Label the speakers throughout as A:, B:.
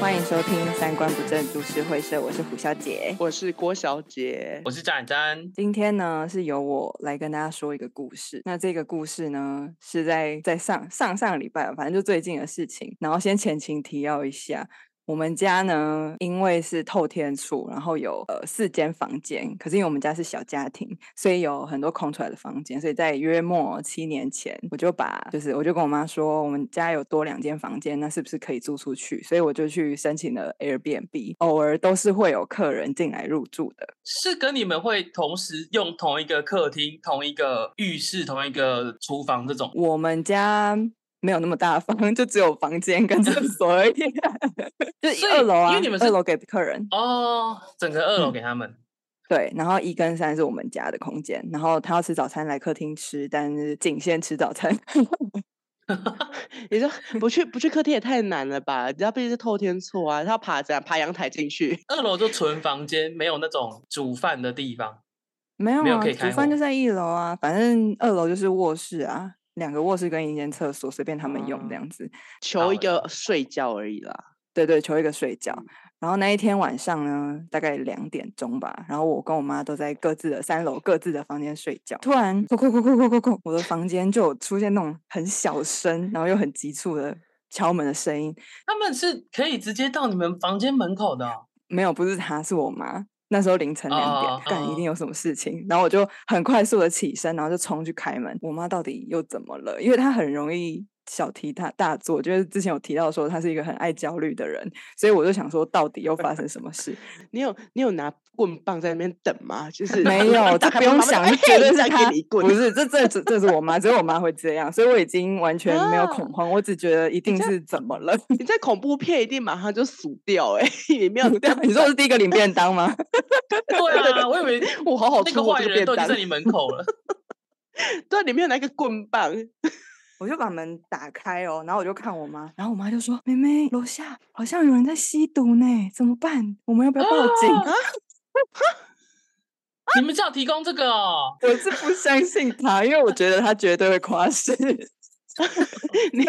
A: 欢迎收听《三观不正株式会社》，我是胡小姐。
B: 我是郭小姐，
C: 我是展展，
A: 今天呢，是由我来跟大家说一个故事。那这个故事呢，是在在上上上礼拜吧，反正就最近的事情。然后先前情提要一下，我们家呢，因为是透天处，然后有呃四间房间，可是因为我们家是小家庭，所以有很多空出来的房间。所以在约莫七年前，我就把就是我就跟我妈说，我们家有多两间房间，那是不是可以租出去？所以我就去申请了 Airbnb，偶尔都是会有客人进来入住的。
C: 是跟你们会同时用同一个客厅、同一个浴室、同一个厨房这种？
A: 我们家没有那么大方，就只有房间跟厕所 而已，就一
C: 所以
A: 二楼啊，
C: 因为你们是
A: 二楼给客人
C: 哦，整个二楼给他们，
A: 对，然后一跟三是我们家的空间，然后他要吃早餐来客厅吃，但是仅限吃早餐。
B: 你说不去不去客厅也太难了吧？人家毕竟是透天厝啊，他要爬怎样爬阳台进去？
C: 二楼就纯房间，没有那种煮饭的地方。
A: 没有
C: 没有
A: 啊
C: 可以，
A: 煮
C: 开
A: 饭就
C: 火
A: 在一楼啊，反正二楼就是卧室啊，两个卧室跟一间厕所，随便他们用这
B: 哦
A: 样子。
B: 求一
C: 好了
B: 个睡觉而已啦。
A: 对对，求一个睡觉。然后那一天晚上呢，大概两点钟吧，然后我跟我妈都在各自的三楼各自的房间睡觉。突然，咕咕咕咕咕咕咕，我的房间就有出现那种很小声，然后又很急促的敲门的声音。
C: 他们是可以直接到你们房间门口的哦、
A: 没有，不是她，是我妈。那时候凌晨两点
C: 哦，
A: 干、一
C: 哦
A: 定有什么事情。然后我就很快速的起身，然后就冲去开门。我妈到底又怎么了？因为她很容易小题大大做，就是之前有提到说她是一个很爱焦虑的人，所以我就想说，到底又发生什么事？
B: 你有你有拿棍棒在那边等吗？就是
A: 没有，这不用想，这绝
B: 绝
A: 对
B: 对
A: 是他
B: 给你一。棍
A: 不。是，这这这这是我妈，只有我妈会这样，所以我已经完全没有恐
B: 啊
A: 慌，我只觉得一定
B: 这
A: 是怎么了？
B: 你在恐怖片一定马上就死掉哎、 你没有这样
A: 啊你说我是第一个领便当吗？
C: 对啊，我以 为
B: 我好好
C: 那
B: 吃
C: 哦个
B: 我
C: 坏
B: 这个
C: 人
B: 便
C: 都已经
B: 当
C: 在你门口 了。
B: 对啊，你没有拿一个棍棒，
A: 我就把门打开哦，然后我就看我妈，然后我妈就说：“妹妹，楼下好像有人在吸毒呢，怎么办？我们要不要报警？”
C: 啊你们就要提供这个 哦，
A: 我是不相信她，因为我觉得她绝对会夸 饰。
B: 你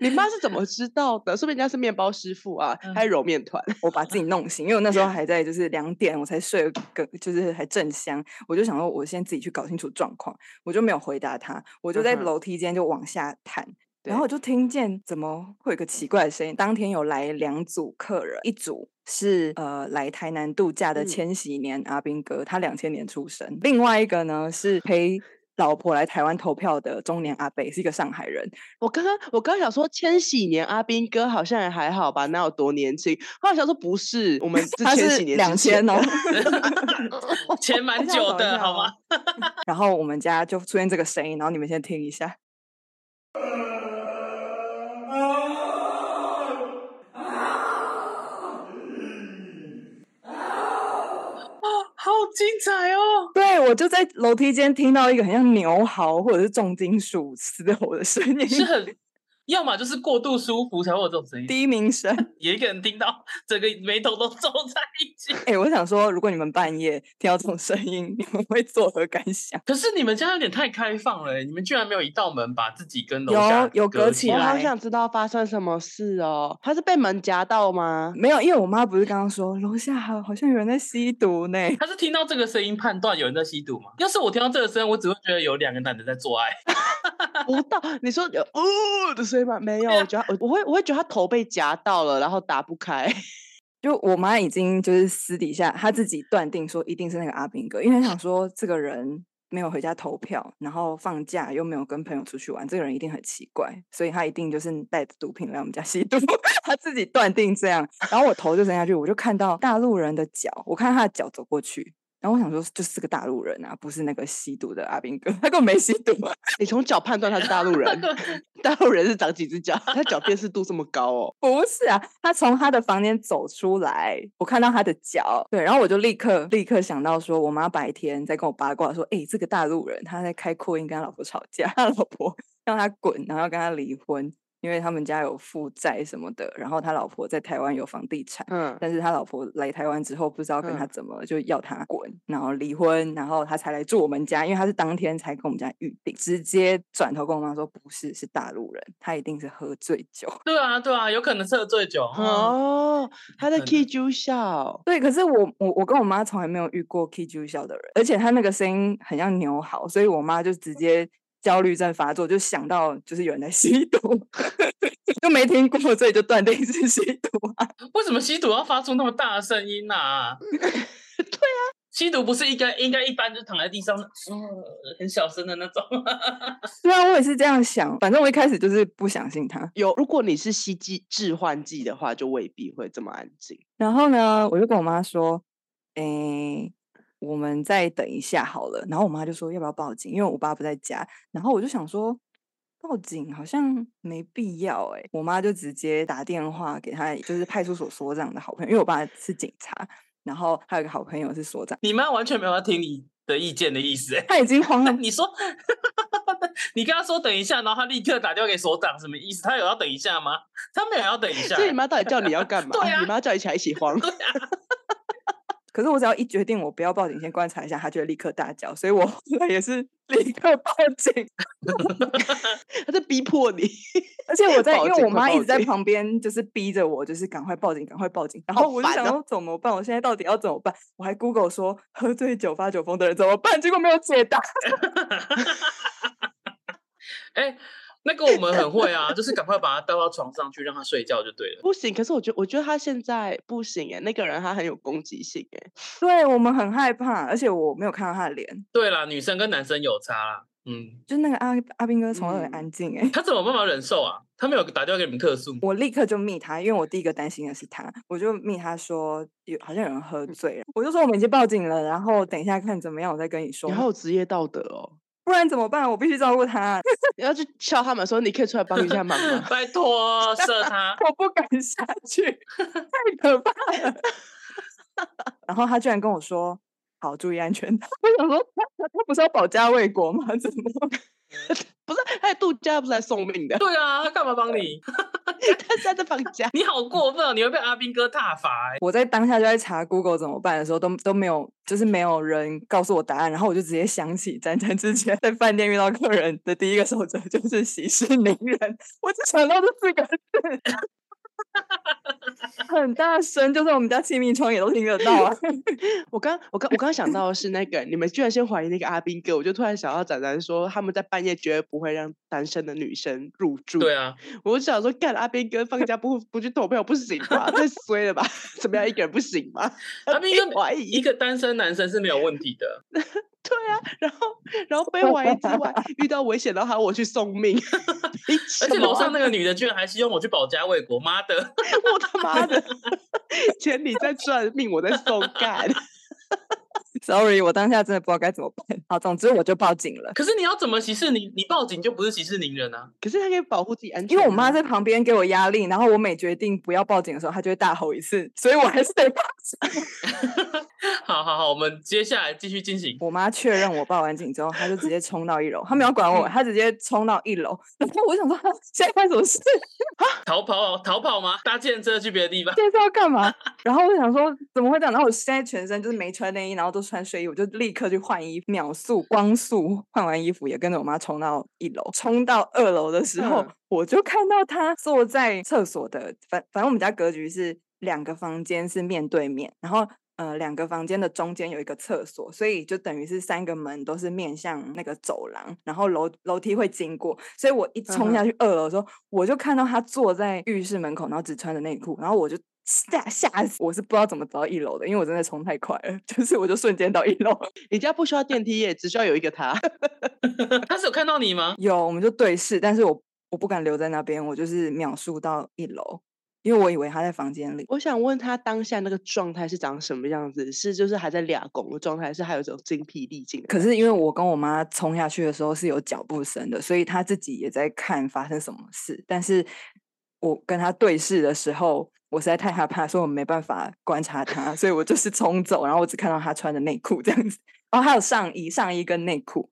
B: 你妈是怎么知道的？说不定人家是面包师傅啊，
C: 嗯
B: 还揉面团。
A: 我把自己弄醒，因为我那时候还在就是两点，我才睡个就是还正香，我就想说我先自己去搞清楚状况，我就没有回答他，我就在
B: 嗯哼
A: 楼梯间就往下探。然
B: 对
A: 后我就听见怎么会有一个奇怪的声音。当天有来两组客人，一组是呃来台南度假的
B: 嗯
A: 千禧年阿兵哥，他两千年出生；另外一个呢是陪老婆来台湾投票的中年阿北，是一个上海人。
B: 我刚刚我刚刚想说千禧年阿兵哥好像也还好吧，哪有多年轻？后来想说不是，我们 是
A: 他
B: 千
A: 是
B: 禧年
A: 两
B: 之前
A: 千哦。
B: 的
C: 钱
A: 哎
C: 蛮久的好吗？
A: 哦 然后我们家就出现这个声音，然后你们先听一下。
C: 啊，好精彩哦！
A: 对我就在楼梯间听到一个很像牛嚎或者是重金属嘶吼的声音，
C: 是很，要么就是过度舒服才会有这种声 音，
A: 低鸣声。
C: 有一个人听到， 整个眉头都皱在一起。
A: 哎、我想说，如果你们半夜听到这种声音，你们会作何感想？
C: 可是你们家有点太开放了欸，你们居然没有一道门把自己跟楼
A: 有
C: 下
A: 有隔
C: 隔
A: 起
B: 我
C: 来。
B: 好
A: 来
B: 想知道发生什么事哦。他是被门夹到吗？
A: 没有，因为我妈不是刚刚说楼下好好像有人在吸毒呢。
C: 他是听到这个声音判断有人在吸毒吗？要是我听到这个声音，我只会觉得有两个男的在做爱。
B: 不到，你说有哦的声音吗？没有，
C: 对啊
B: 我觉得他我我会我会觉得他头被夹到了，然后打不开。
A: 就我妈已经就是私底下她自己断定说一定是那个阿兵哥，因为她想说这个人没有回家投票，然后放假又没有跟朋友出去玩，这个人一定很奇怪，所以她一定就是带着毒品来我们家吸毒， 她自己断定这样。然后我头就伸下去，我就看到大陆人的脚，我看他的脚走过去。然后我想说，就是个大陆人啊，不是那个吸毒的阿兵哥，他根本没吸毒啊。
B: 你从脚判断他是大陆 人，大陆人是长几只脚？他脚辨识度这么高哦？
A: 不是啊，他从他的房间走出来，我看到他的脚，对，然后我就立刻立刻想到说，我妈白天在跟我八卦说，诶，这 个大陆人他在开扩音跟他老婆吵架，他老婆让他滚，然后要跟他离婚，因为他们家有负债什么的，然后他老婆在台湾有房地产，
B: 嗯，
A: 但是他老婆来台湾之后，不知道跟他
B: 嗯
A: 怎么了就要他滚，然后离婚，然后他才来住我们家，因为他是当天才跟我们家预定，直接转头跟我妈说不是，是大陆人，他一定是喝醉酒。
C: 对啊，对啊，有可能是喝醉 酒。哦，
B: 哦，他在
C: 真的
B: K 九笑，
A: 对，可是我我我跟我妈从来没有遇过 K 住笑的人，而且他那个声音很像牛嚎，所以我妈就直接焦虑症发作，就想到就是有人在吸毒， 就没听过，所以就断定是吸毒啊。
C: 为什么吸毒要发出那么大的声音呐？对啊，吸毒不是应该应该一般就躺在地上，嗯，很小声的那种 吗？
A: 对啊，我也是这样想，反正我一开始就是不相信他。
B: 有，如果你是吸剂致幻剂的话，就未必会这么安静。
A: 然后呢，我就跟我妈说：“诶、我们再等一下好了。”然后我妈就说：“要不要报警？”因为我爸不在家。然后我就想说，报警好像没必要诶、我妈就直接打电话给她，就是派出所所长的好朋友，因为我爸是警察，然后还有一个好朋友是所长。
C: 你妈完全没有要听你的意见的意思、欸。
A: 他已经慌了，
C: 你说， 你跟他说等一下，然后他立刻打电话给所长，什么意思？他有要等一下吗？他没有要等一下、
B: 所以你
C: 欸。
B: 妈到底叫你要干嘛？
C: 对啊
B: 你妈叫你起来一起 慌。
A: 可是我只要一决定我不要报警，先观察一下，他就会立刻大叫。所以我后来也是立刻报警，
B: 他在逼迫你。
A: 而且 我在，
B: 报
A: 因为
B: 警
A: 我
B: 快
A: 妈一
B: 报
A: 直在
B: 警
A: 旁边，就是逼着我，就是赶快报警，赶快报警。然
B: 好
A: 后我就
B: 烦
A: 想
B: 哦
A: 要怎么办？我现在到底要怎么办？我还 Google 说喝醉酒发酒疯的人怎么办，结果没有解答。
C: 哎、那个我们很会啊，就是赶快把他带到床上去，让他睡觉就对了。
B: 不行，可是我觉我觉得他现在不行哎，那个人他很有攻击性哎。
A: 对我们很害怕，而且我没有看到他的脸，
C: 对啦，女生跟男生有差啦。嗯，
A: 就那个阿阿斌哥从来都很
B: 嗯
A: 安静哎、
C: 他怎么办法忍受啊？他没有打电话给你们客诉吗，？
A: 我立刻就密他，因为我第一个担心的是他，我就密他说有好像有人喝醉了，我就说我们已经报警了，然后等一下看怎么样，我再跟你说
B: 你，好有职业道德哦，
A: 不然怎么办？我必须照顾他，
B: 你要去叫他们说你可以出来帮一下忙吗
C: 拜托射他。
A: 我不敢下去，太可怕了。然后他居然跟我说：“好，注意安全。” 我想说，他他他不是要保家卫国吗？ 怎么？
B: 不是，他在度假不是来送命的，
C: 对啊，他干嘛帮你？
B: 他是在放假。
C: 你好过分、哦，你会被阿斌哥踏伐、欸。
A: 我在当下就在查 Google 怎么办的时候，都都没有，就是没有人告诉我答案，然后我就直接想起詹詹之前在饭店遇到客人的第一个守则就是息事宁人，我只想到这四个字。很大声，就算我们家气密窗也都听得到啊！
B: 我刚我刚我刚想到的是那个，你们居然先怀疑那个阿兵哥，我就突然想到展展说他们在半夜绝对不会让单身的女生入住。
C: 对啊，
B: 我就想说，干阿兵哥放假不不去投票不行 吧？太衰了吧？怎么样一个人不行吗？
C: 阿斌哥
B: 被怀
C: 一
B: 疑，
C: 个单身男生是没有问题的。
B: 对啊，然后然后被怀疑之 外，遇到危险然后还要我去送命， 凭
C: 而
B: 什
C: 且楼
B: 么啊
C: 上
A: 啊
C: 那个女的居然还希望我去保家卫国，妈的！
B: 我他妈的 钱你在赚，命我在送干。
A: Sorry，我当下真的不知道该怎么办。好，总之我就报警了，
C: 可是你要怎么息事宁？你报警就不是息事宁人啊！
B: 可是他可以保护自己安全、
A: 因
B: 啊
A: 为我妈，在旁边给我压力，然后我每决定不要报警的时候，她就会大吼一次，所以我还是得报警。
C: 好好好，我们接下来继续进行。
A: 我妈确认我报完警之后，她就直接冲到一楼，她没有管我，她直接冲到一楼。然后我想说， 现在发生什么事？
C: 逃跑逃跑吗？搭建车去别的地方？
A: 现在是要干嘛？然后我想说，怎么会这样？然后我现在全身就是没穿内衣，然后都穿睡衣，我就立刻去换衣服，秒速光速换完衣服，也跟着我妈冲到一楼。冲到二楼的时候，
B: 嗯
A: 我就看到她坐在厕所的，反反正我们家格局是两个房间是面对面，然后。呃，两个房间的中间有一个厕所，所以就等于是三个门都是面向那个走廊，然后楼楼梯会经过，所以我一冲
B: 嗯哼
A: 下去二楼的时候，我就看到他坐在浴室门口，然后只穿着内裤，然后我就吓吓死，我是不知道怎么走到一楼的，因为我真的冲太快了， 就是我就瞬间到一楼。
B: 你家不需要电梯耶，只需要有一个他。
C: 他是有看到你吗？
A: 有，我们就对视，但是我我不敢留在那边，我就是秒速到一楼，因为我以为他在房间里。
B: 我想问他当下那个状态是长什么样子？是就是还在俩拱的状态，是还有一种精疲力尽的
A: 可
B: 感觉？
A: 是因为我跟我妈冲下去的时候是有脚步声的，所以她自己也在看发生什么事。但是我跟她对视的时候，我实在太害怕，所以我没办法观察她，所以我就是冲走，然后我哦只看到她穿的内裤这样子，然后还有上衣，上衣跟内裤。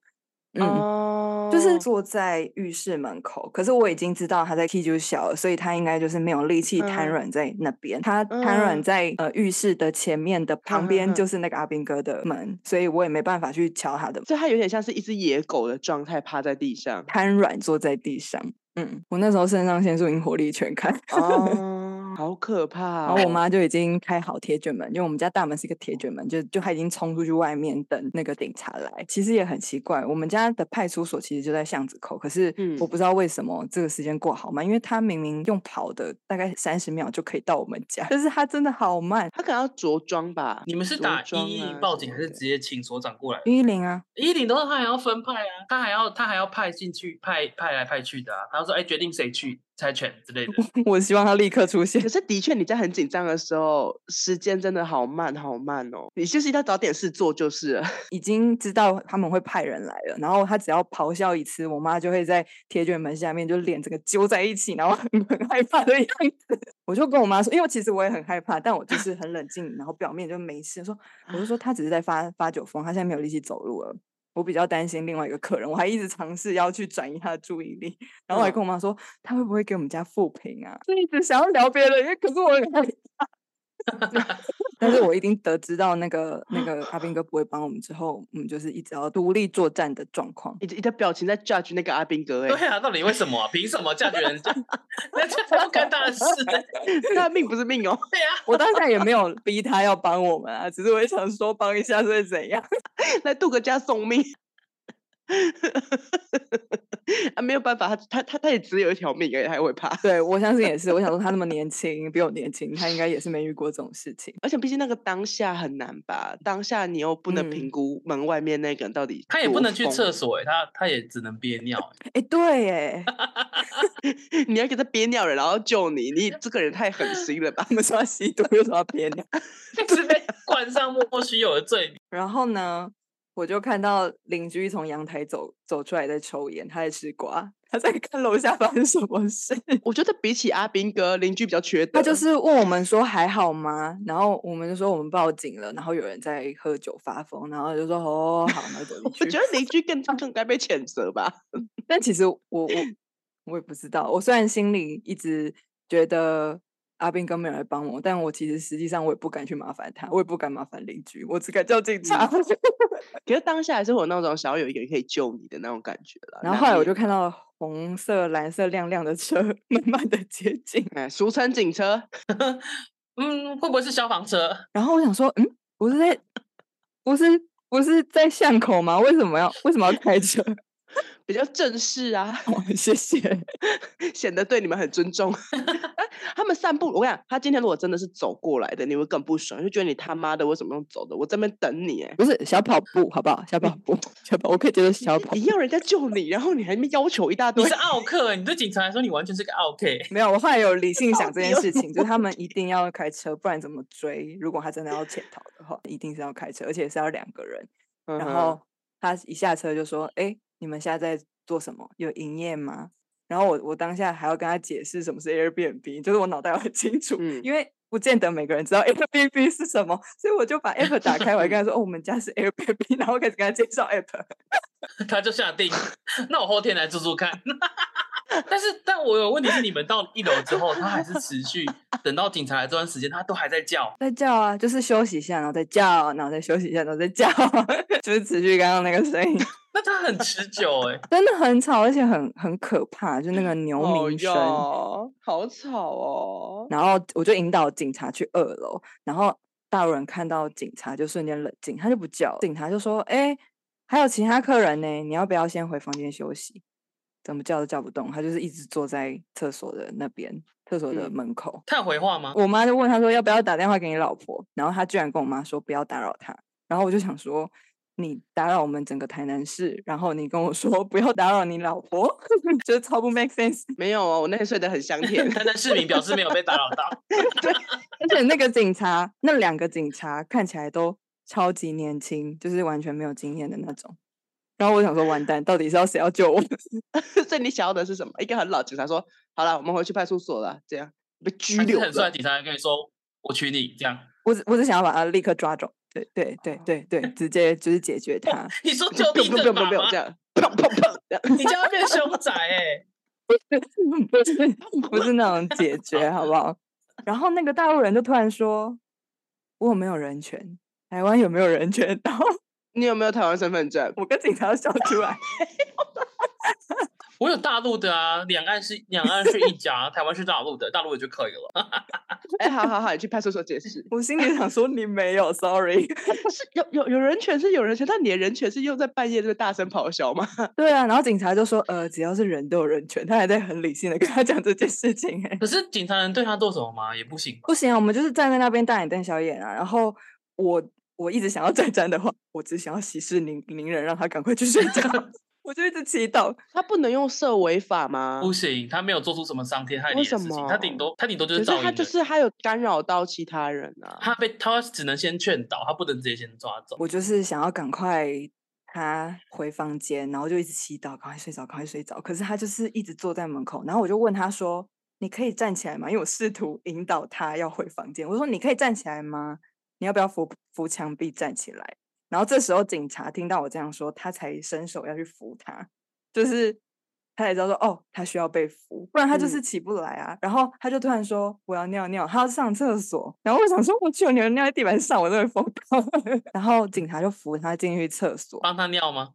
A: 嗯，
B: 哦、
A: 就是坐在浴室门口，可是我已经知道他在踢足球了，所以他应该就是没有力气瘫
B: 嗯
A: 软在那边。他瘫软
B: 嗯
A: 在呃浴室的前面的旁
B: 哼
A: 边
B: 哼
A: 就是那个阿兵哥的门，所以我也没办法去敲他的门，。
B: 所以它有点像是一只野狗的状态趴在地上
A: 瘫软坐在地上。嗯，我那时候肾上腺素已经火力全开，
B: 哦，好可怕、
A: 然
B: 哦！
A: 后我妈就已经开好铁卷门，因为我们家大门是一个铁卷门，就就她已经冲出去外面等那个警察来。其实也很奇怪，我们家的派出所其实就在巷子口，可是我
B: 嗯
A: 不知道为什么这个时间过好慢，因为她明明用跑的大概三十秒就可以到我们家，但是她真的好慢，
B: 它可能要着装吧？
C: 你们是
B: 着
C: 打
B: 装
C: 一一
B: 啊
C: 零报
B: 什
C: 警，
B: 么
C: 还是
B: 的
C: 直接请所长过来？
A: 一零啊，
C: 一零的话，他还要分派啊，他还要他还要派进去，派派来派去的啊。他要说，哎，决定谁去猜拳之类的。
A: 我希望她立刻出现
B: 可。是的确，你在很紧张的时候，时间真的好慢好慢哦。你就是一定要找点事做就是了。
A: 已经知道他们会派人来了，然后她只要咆哮一次，我妈就会在铁卷门下面就脸整个揪在一起，然后 很很害怕的样子。我就跟我妈说，因为其实我也很害怕，但我就是很冷静，然后表面就没事。说我就说她只是在发发酒疯，她现在没有力气走路了。我比较担心另外一个客人，我还一直尝试要去转移她的注意力，然后我还
B: 嗯
A: 跟我妈说，她会不会给我们家复评啊？就一直想要聊别的，因为可是我 很害但 是我一定得知到那个那 个阿斌哥不会帮我们之后，我们就是一直要独立作战的状况。
B: 你的你的表情在 judge 那个阿宾哥哎、
C: 对啊，到底为什么啊？凭什么嫁给人家？ 人家不干他的事。
B: 他的命不是命哦，
C: 对啊，
A: 我当下也没 有逼他要帮我们啊，只是我也想说帮一下是会怎样。
B: 来杜个家送命。 啊，没有办法，他他他他也只有一条命而已，他也会怕。
A: 对我相信也是，我想说他那么年轻，比我年轻，他应该也是没遇过这种事情。
B: 而且毕竟那个当下很难吧，当下你又不能
A: 嗯
B: 评估门外面那个人到底
C: 他也不
B: 多
C: 能去
B: 疯
C: 厕所、欸，他他也只能憋尿、欸。
A: 哎，对，哎，
B: 你要给他憋尿了，然后救你，你这个人太狠心 了吧？
A: 我们说要吸毒又说要憋 尿，
C: 欸是被冠上莫须有的罪名。
A: 然后呢，我就看到邻居从阳台走走出来在抽烟，他在吃瓜，他在看楼下发生什么事。
B: 我觉得比起阿斌哥，邻居比较缺德。
A: 他就是问我们说还好吗？然后我们就说我们报警了，然后有人在喝酒发疯，然后就说哦好，那走
B: 我
A: 进
B: 觉
A: 去。
B: 得邻居更更该被谴责吧。
A: 但其实我我我也不知道，我虽然心里一直觉得阿斌哥没有来帮我，但我其实实际上我也不敢去麻烦他，我也不敢麻烦邻居，我只敢叫警察。
B: 嗯可是当下还是会有那种想要有一个人可以救你的那种感觉了。
A: 然后后来我就看到红色、蓝色亮亮的车 慢慢的接近，
B: 难免，哎，俗称警车，
C: 嗯，会不会是消防车？
A: 然后我想说，嗯，不是在不是不是在巷口吗？为什么要为什么要开车？
B: 比较正式啊，
A: 哦， 谢谢。
B: 显得对你们很尊 重。哎他们散步，我跟你讲，他今天如果真的是走过来的，你会更不爽，就觉得你他妈的为什么用走的？我这边等你，哎，
A: 不是小跑步，好不好？小跑步，小跑，我可以接受小跑步
B: 你。要人家救你，然后你还那边要求一大
C: 你
B: 堆
C: 是，奥克、欸，你对警察来说，你完全是个奥 克、欸
A: 没有，我后来有理性想
B: 到
A: 这
B: 底
A: 件
B: 有
A: 事
B: 什
A: 情，就是他们一定要开车，不然怎么追？如果他真的要潜逃的话，一定是要开车，而且是要两个人。
B: 然
A: 然后他一下车就说：“哎、你们现在在做什么？有营业吗？”然后我我当下还要跟他解释什么是 Airbnb，就是我脑袋很清楚，
B: 嗯
A: 因为不见得每个人知道 Airbnb 是什么，所以我就把 app 打开，我还跟他说：“哦，我们家是 Airbnb。”然后开始跟他介绍 app。
C: 他就下定， 那我后天来住住看。 但是，但我有问题是，你们到一楼之后，他还是持续等到警察来这段时间，他都还在叫。
A: 在叫啊，就是休息一下，然后再叫，然后再休息一下，然后再叫， 就是持续刚刚那个声音，，
C: 那他很持久哎、欸
A: 真的很吵，而且很很可怕，就那个牛鸣声。
B: 嗯哦哟，好吵哦。
A: 然后我就引导警察去二楼，然后大陆人看到警察就瞬间冷静，他就不叫了，警察就说：“哎、还有其他客人呢，你要不要先回房间休息？”怎么叫都叫不动，他就是一直坐在厕所的那边，厕所的
B: 嗯
A: 门口。
C: 他有回话吗？。
A: 我妈就问他说要不要打电话给你老婆，然后他居然跟我妈说不要打扰她，然后我就想说你打扰我们整个台南市，然后你跟我说不要打扰你老婆， 就是超不 make sense。
B: 没有哦，我那天睡得很香 甜
C: 台南市民表示没有被打扰到，
A: 而且那个警察，那两个警察看起来都超级年轻，就是完全没有经验的那种。然后我想说，完蛋，到底是要谁要救我？
B: 所以你想要的是什么？一个很老警察说：“好了，我们回去派出所了。”这样被拘
C: 还是
B: 留
C: 很帅
B: 了
C: 的。警察还跟你说我娶你这样。
A: 我只我只想要把他立刻抓走。对对对对对，直接就是解决他。
C: 你说
B: 就
C: 就
B: 不
C: 地
B: 用不
C: 正
B: 用
C: 法
B: 不用不用
C: 吗
B: 这？样，砰砰砰！这样
C: 你家变凶宅哎、
A: 不是 不是那种解决，好不好？然后那个大陆人就突然说：“我有没有人权？台湾有没有人权？” 然后
B: 你有没有台湾身 份证？
A: 我跟警察笑出来，
C: 我有大陆的啊，两岸是两岸是一家，台湾是大陆的，大陆的就可以了。
B: 哎、好好好，你去派出所解释。
A: 我心里想说：“你没有，sorry。
B: 是有有有人权是有人权，但你的人权是又在半夜就大声咆哮吗？”
A: 对啊，然后警察就说：“呃，只要是人都有人权。”他还在很理性的跟他讲这件事情、欸，
C: 可是警察能对他做什么吗？也不行吧。
A: 不行啊，我们就是站在那边大眼瞪小眼啊。然后我我一直想要再战的话，我只想要息事宁宁人，让他赶快去睡觉。 我就一直祈祷，
B: 他不能用涉违法吗？
C: 不行，他没有做出什么伤天害
B: 为
C: 理的
B: 什
C: 事情，他顶
B: 么
C: 多他顶多就
B: 可
C: 是
B: 是
C: 噪音
B: 他
C: 而
B: 就
C: 已
B: 是他有干扰到其他人啊。
C: 他被他只能先劝导，他不能直接先抓走。
A: 我就是想要赶快他回房间，然后就一直祈祷，赶快睡着，赶快睡着。可是他就是一直坐在门口，然后我就问他说：“你可以站起来吗？”因为我试图引导他要回房间，我说：“你可以站起来吗？你要不要扶扶墙壁站起来？”然后这时候警察听到我这样说，他才伸手要去扶他，就是他才知道说哦，他需要被扶，不然他就是
B: 嗯
A: 起不来啊。然后他就突然说我要尿尿，他要上厕所。然后我想说我去，你尿在地板上，我都会疯掉。然后警察就扶他进去厕所。
C: 帮他尿吗？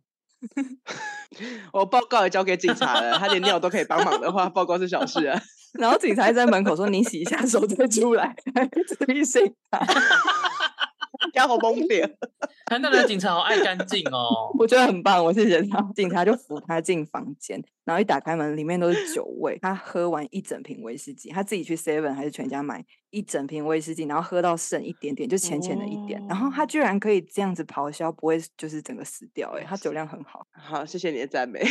B: 我报告也交给警察了，他连尿都可以帮忙的话，报告是小事 啊。
A: 然后警察在门口说：“你洗一下手再出来。”提醒他，。
B: 家伙崩掉，
C: 台南哎的警察好爱干净哦
A: 我觉得很棒，我谢谢他。警察就扶他进房间，然后一打开门，里面都是酒味。他喝完一整瓶威士忌，他自己去 Seven 还是全家买一整瓶威士忌，然后喝到剩一点点，就浅浅的一点。然后他
B: 哦
A: 居然可以这样子咆哮，不会就是整个死掉、欸。
B: 哇
A: 他酒
B: 塞
A: 量很好。
B: 好，谢谢你的赞美。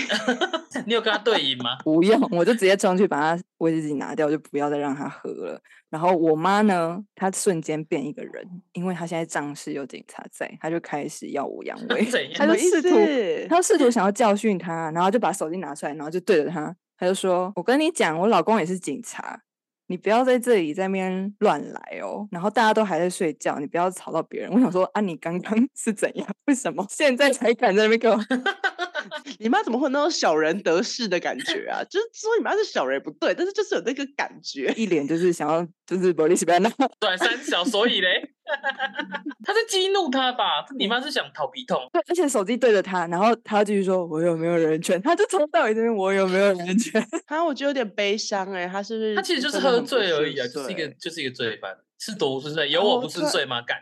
C: 你有跟他对饮吗？
A: 不用，我就直接冲去把他威士忌拿掉，就不要再让他喝了。然后我妈呢，她瞬间变一个人，因为她现在仗势有警察在，她就开始耀武 扬威，
C: 怎
A: 他就
C: 样？
B: 什么意
A: 试图
B: 思
A: 她试图想要教训他，然后就把手机拿出来，然后就对着他，她就说：“我跟你讲，我老公也是警察，你不要在这里在那边乱来哦。然后大家都还在睡觉，你不要吵到别人。”我想说啊，你刚刚 是怎样？为什么现在才敢在那边给我
B: 你妈怎么会有那种小人得势的感觉啊？就是说你妈是小人也不对，但是就是有那个感觉。
A: 一脸就是想要就是啊不利西班牙？
C: 对，三小，所以嘞， 他在激怒他吧？你妈是想讨皮痛？
A: 对，而且手机对着他，然后他继续说：“我有没有人权？”他就从头到尾这边我有没有人权？
B: 他我觉得有点悲伤哎、他是不是
C: 他其实就是
B: 真的
C: 喝
B: 很不
C: 醉而已啊，就
B: 顺
C: 是一个
B: 遂
C: 就是一个罪犯，是多不顺遂，有我
B: 哦
C: 不顺
B: 对
C: 遂吗？干，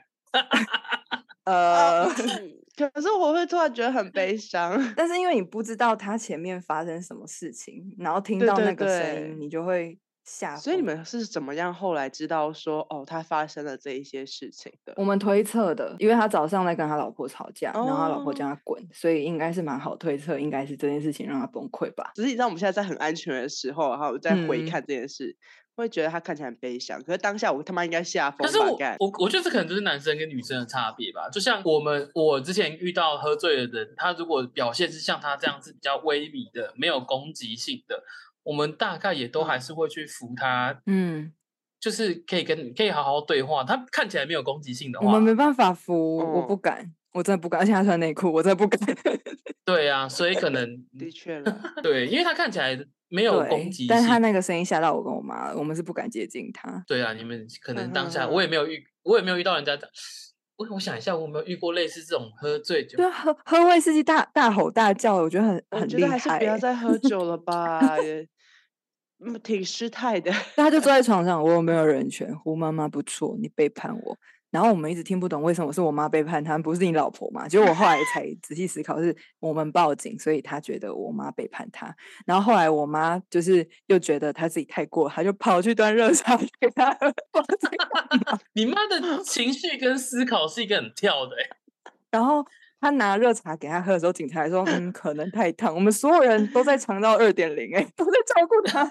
A: 呃
B: 啊，
A: 哦
B: 嗯 可是我会突然觉得很悲伤。
A: 但是因为你不知道他前面发生什么事情，然后听
B: 对
A: 到
B: 对
A: 那个声
B: 对
A: 音，你就会吓。
B: 所以你，们是怎么样后来知道说哦，他发生了这一些事情的？
A: 我们推测的，因为他早上在跟他老婆吵架，然后他老婆
B: 哦
A: 叫他滚，所以应该是蛮好推测，应该是这件事情让他崩溃吧。
B: 只是你知道我们现在在很安全的时候，然后再回
A: 嗯
B: 看这件事，会觉得他看起来很悲伤。可是当下我他妈应该吓疯
C: 但是
B: 吧？
C: 我
B: 干，
C: 我我觉得这可能就是男生跟女生的差别吧。就像我们我之前遇到喝醉的人，他如果表现是像他这样子比较微靡的，没有攻击性的，我们大概也都还是会去扶他，
A: 嗯，
C: 就是可以跟可以好好对话。他看起来没有攻击性的
A: 我
C: 话
A: 们，没办法扶，我不
B: 哦
A: 敢，我真的不敢，而且他穿内裤，我真的不敢。
C: 对啊，所以可能
B: 的确了，
C: 对，因为他看起来没有攻
A: 对
C: 击，性，
A: 但是他那个声音吓到我跟我妈了，我们是不敢接近他。
C: 对啊，你们可能当下
B: 嗯
C: 我也没有遇，我也没有遇到人家这样。我我想一下，我有没有遇过类似这种喝醉酒
A: 对？啊，喝喝威士忌大大吼大叫，我觉得很
B: 我
A: 很
B: 觉
A: 厉
B: 得还是
A: 害
B: 不要
A: 欸。
B: 再喝酒了吧，也嗯挺失态的。
A: 他就坐在床上，我有没有人权？胡妈妈不错，你背叛我。然后我们一直听不懂为什么是我妈背叛他，不是你老婆嘛？结果我后来才仔细思考，是我们报警，所以他觉得我妈背叛他。然后后来我妈就是又觉得她自己太过了，她就跑去端热茶给他喝。不知道在干嘛
C: 你妈的情绪跟思考是一个很跳的、欸，
A: 然后他拿热茶给他喝的时候，警察还说：“嗯，可能太烫。”我们所有人都在尝到二点零，哎，都在照顾他。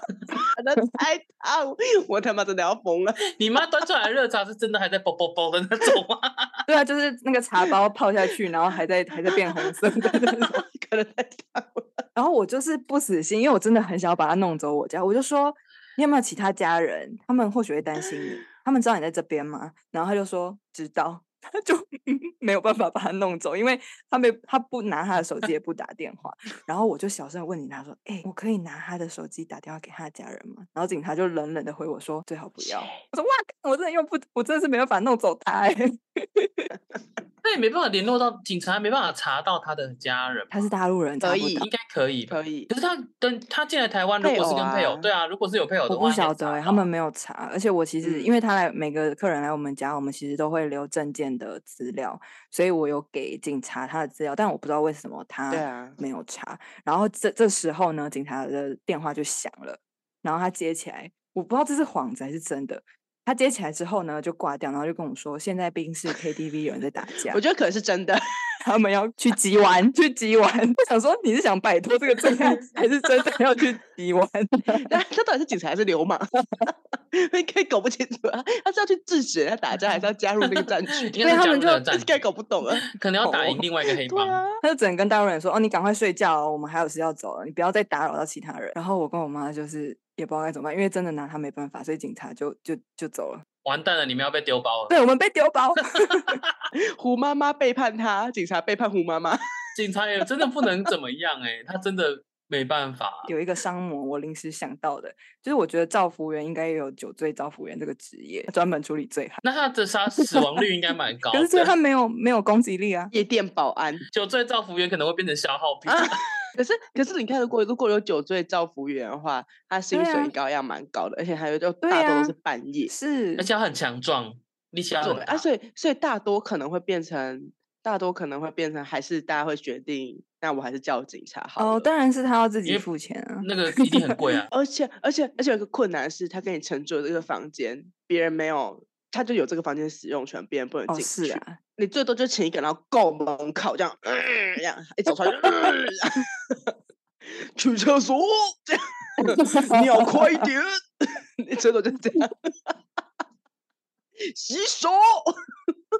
B: 那 太烫，我他妈真的要疯了。
C: 你妈端出来的热茶是真的还在啵啵啵的那种吗？
A: 对啊，就是那个茶包泡下去，然后还在还在变红色的那种。
B: 可能太烫了，
A: 然后我就是不死心，因为我真的很想要把他弄走我家，我就说你有没有其他家人？他们或许会担心你，他们知道你在这边吗？然后他就说知道。 他就、嗯没有办法把他弄走，因为他没他不拿他的手机，也不打电话。然后我就小声地问警察说：“哎、我可以拿他的手机打电话给他的家人吗？”然后警察就冷冷的回我说：“最好不要。”我说：“哇，我真的又不，我真的是没办法弄走他、欸。
C: 那也没办法联络到警察，没办法查到他的家人吗。
A: 他是大陆人，查
B: 可
A: 不
B: 以
A: 到
C: 应该可以吧？
B: 可以
C: 可是他等他进来台湾，如
B: 配
C: 果是
B: 偶
C: 跟配偶，
B: 啊
C: 对啊，如果是有配偶的
A: 我
C: 话，
A: 不
C: 应该
A: 晓
C: 查
A: 得欸、
C: 到
A: 他们没有查，而且我其实、因
B: 嗯
A: 为他来每个客人来我们家，我们其实都会留证件的资料，所以我有给警察他的资料，但我不知道为什么
B: 对
A: 他
B: 啊，
A: 没有查。然后这这时候呢，警察的电话就响了，然后他接起来，我不知道这是幌子还是真的。他接起来之后呢，就挂掉，然后就跟我说，现在冰室 KTV 有人在打架
B: 我，觉得可能是真的。
A: 他们要去集玩，去集玩。 我想说，你是想摆脱这个罪案，还是真的要去集玩？
B: 他他到底是警察还是流氓？ 应该搞不清楚啊！他是要去制止他打架，还是要加入那个 战局？
C: 应该是
A: 他
C: 加
A: 们
C: 入了
A: 就
C: 战
B: 应该
C: 局
B: 搞不懂啊！
C: 可能要打赢
A: 头
C: 另外一 个黑
B: 对
C: 帮。
B: 啊，
A: 他就只能跟大陆人说：“哦，你赶快睡觉、哦，我们还有事要走了，你不要再打扰到其他人。”然后我跟我妈就是也不知道该怎么办，因为真的拿他没办法，所以警察就就就走了。
C: 完蛋了，你们要被丢包了。
A: 对我们被丢 包，
B: 胡妈妈背叛他，警察背叛胡妈妈，
C: 警察也真的不能怎么样哎、他真的没办法。
A: 有一个商模，我临时想到的，就是我觉得照服务员应该也有酒醉照服务员这个职业，专门处理 醉汉。
C: 那他的杀死亡率应该蛮高
A: 可是醉
C: 的，
A: 汉没有没有攻击力 啊，
B: 夜店保安
C: 酒醉造福员可能会变成消耗品。
B: 啊！可是可是你看，如果如果有酒醉照服员的话，他薪
A: 对啊
B: 水应该要蛮高的，而且还有就
A: 对
B: 大多
A: 啊
B: 都是半夜
A: 是
C: 而且他很强壮，力气要
B: 做
C: 很
B: 的
C: 大
B: 啊，。所以所以大多可能会变成大多可能会变成还是大家会决定，那我还是叫警察好了。！
A: 哦，当然是他要自
C: 因
A: 己
C: 为
A: 付钱啊。
C: 那个一定很贵啊
B: 而且而且而且有一个困难是，他跟你承租的这个房间，别人没有，他就有这个房间使用权，别人不能
A: 哦，
B: 进去。
A: 是 啊，
B: 你最多就请一个，然后够门口这样，呃这样一走出来就、呃 去厕所，哦这 样尿快一点， 你最多就这样。洗手，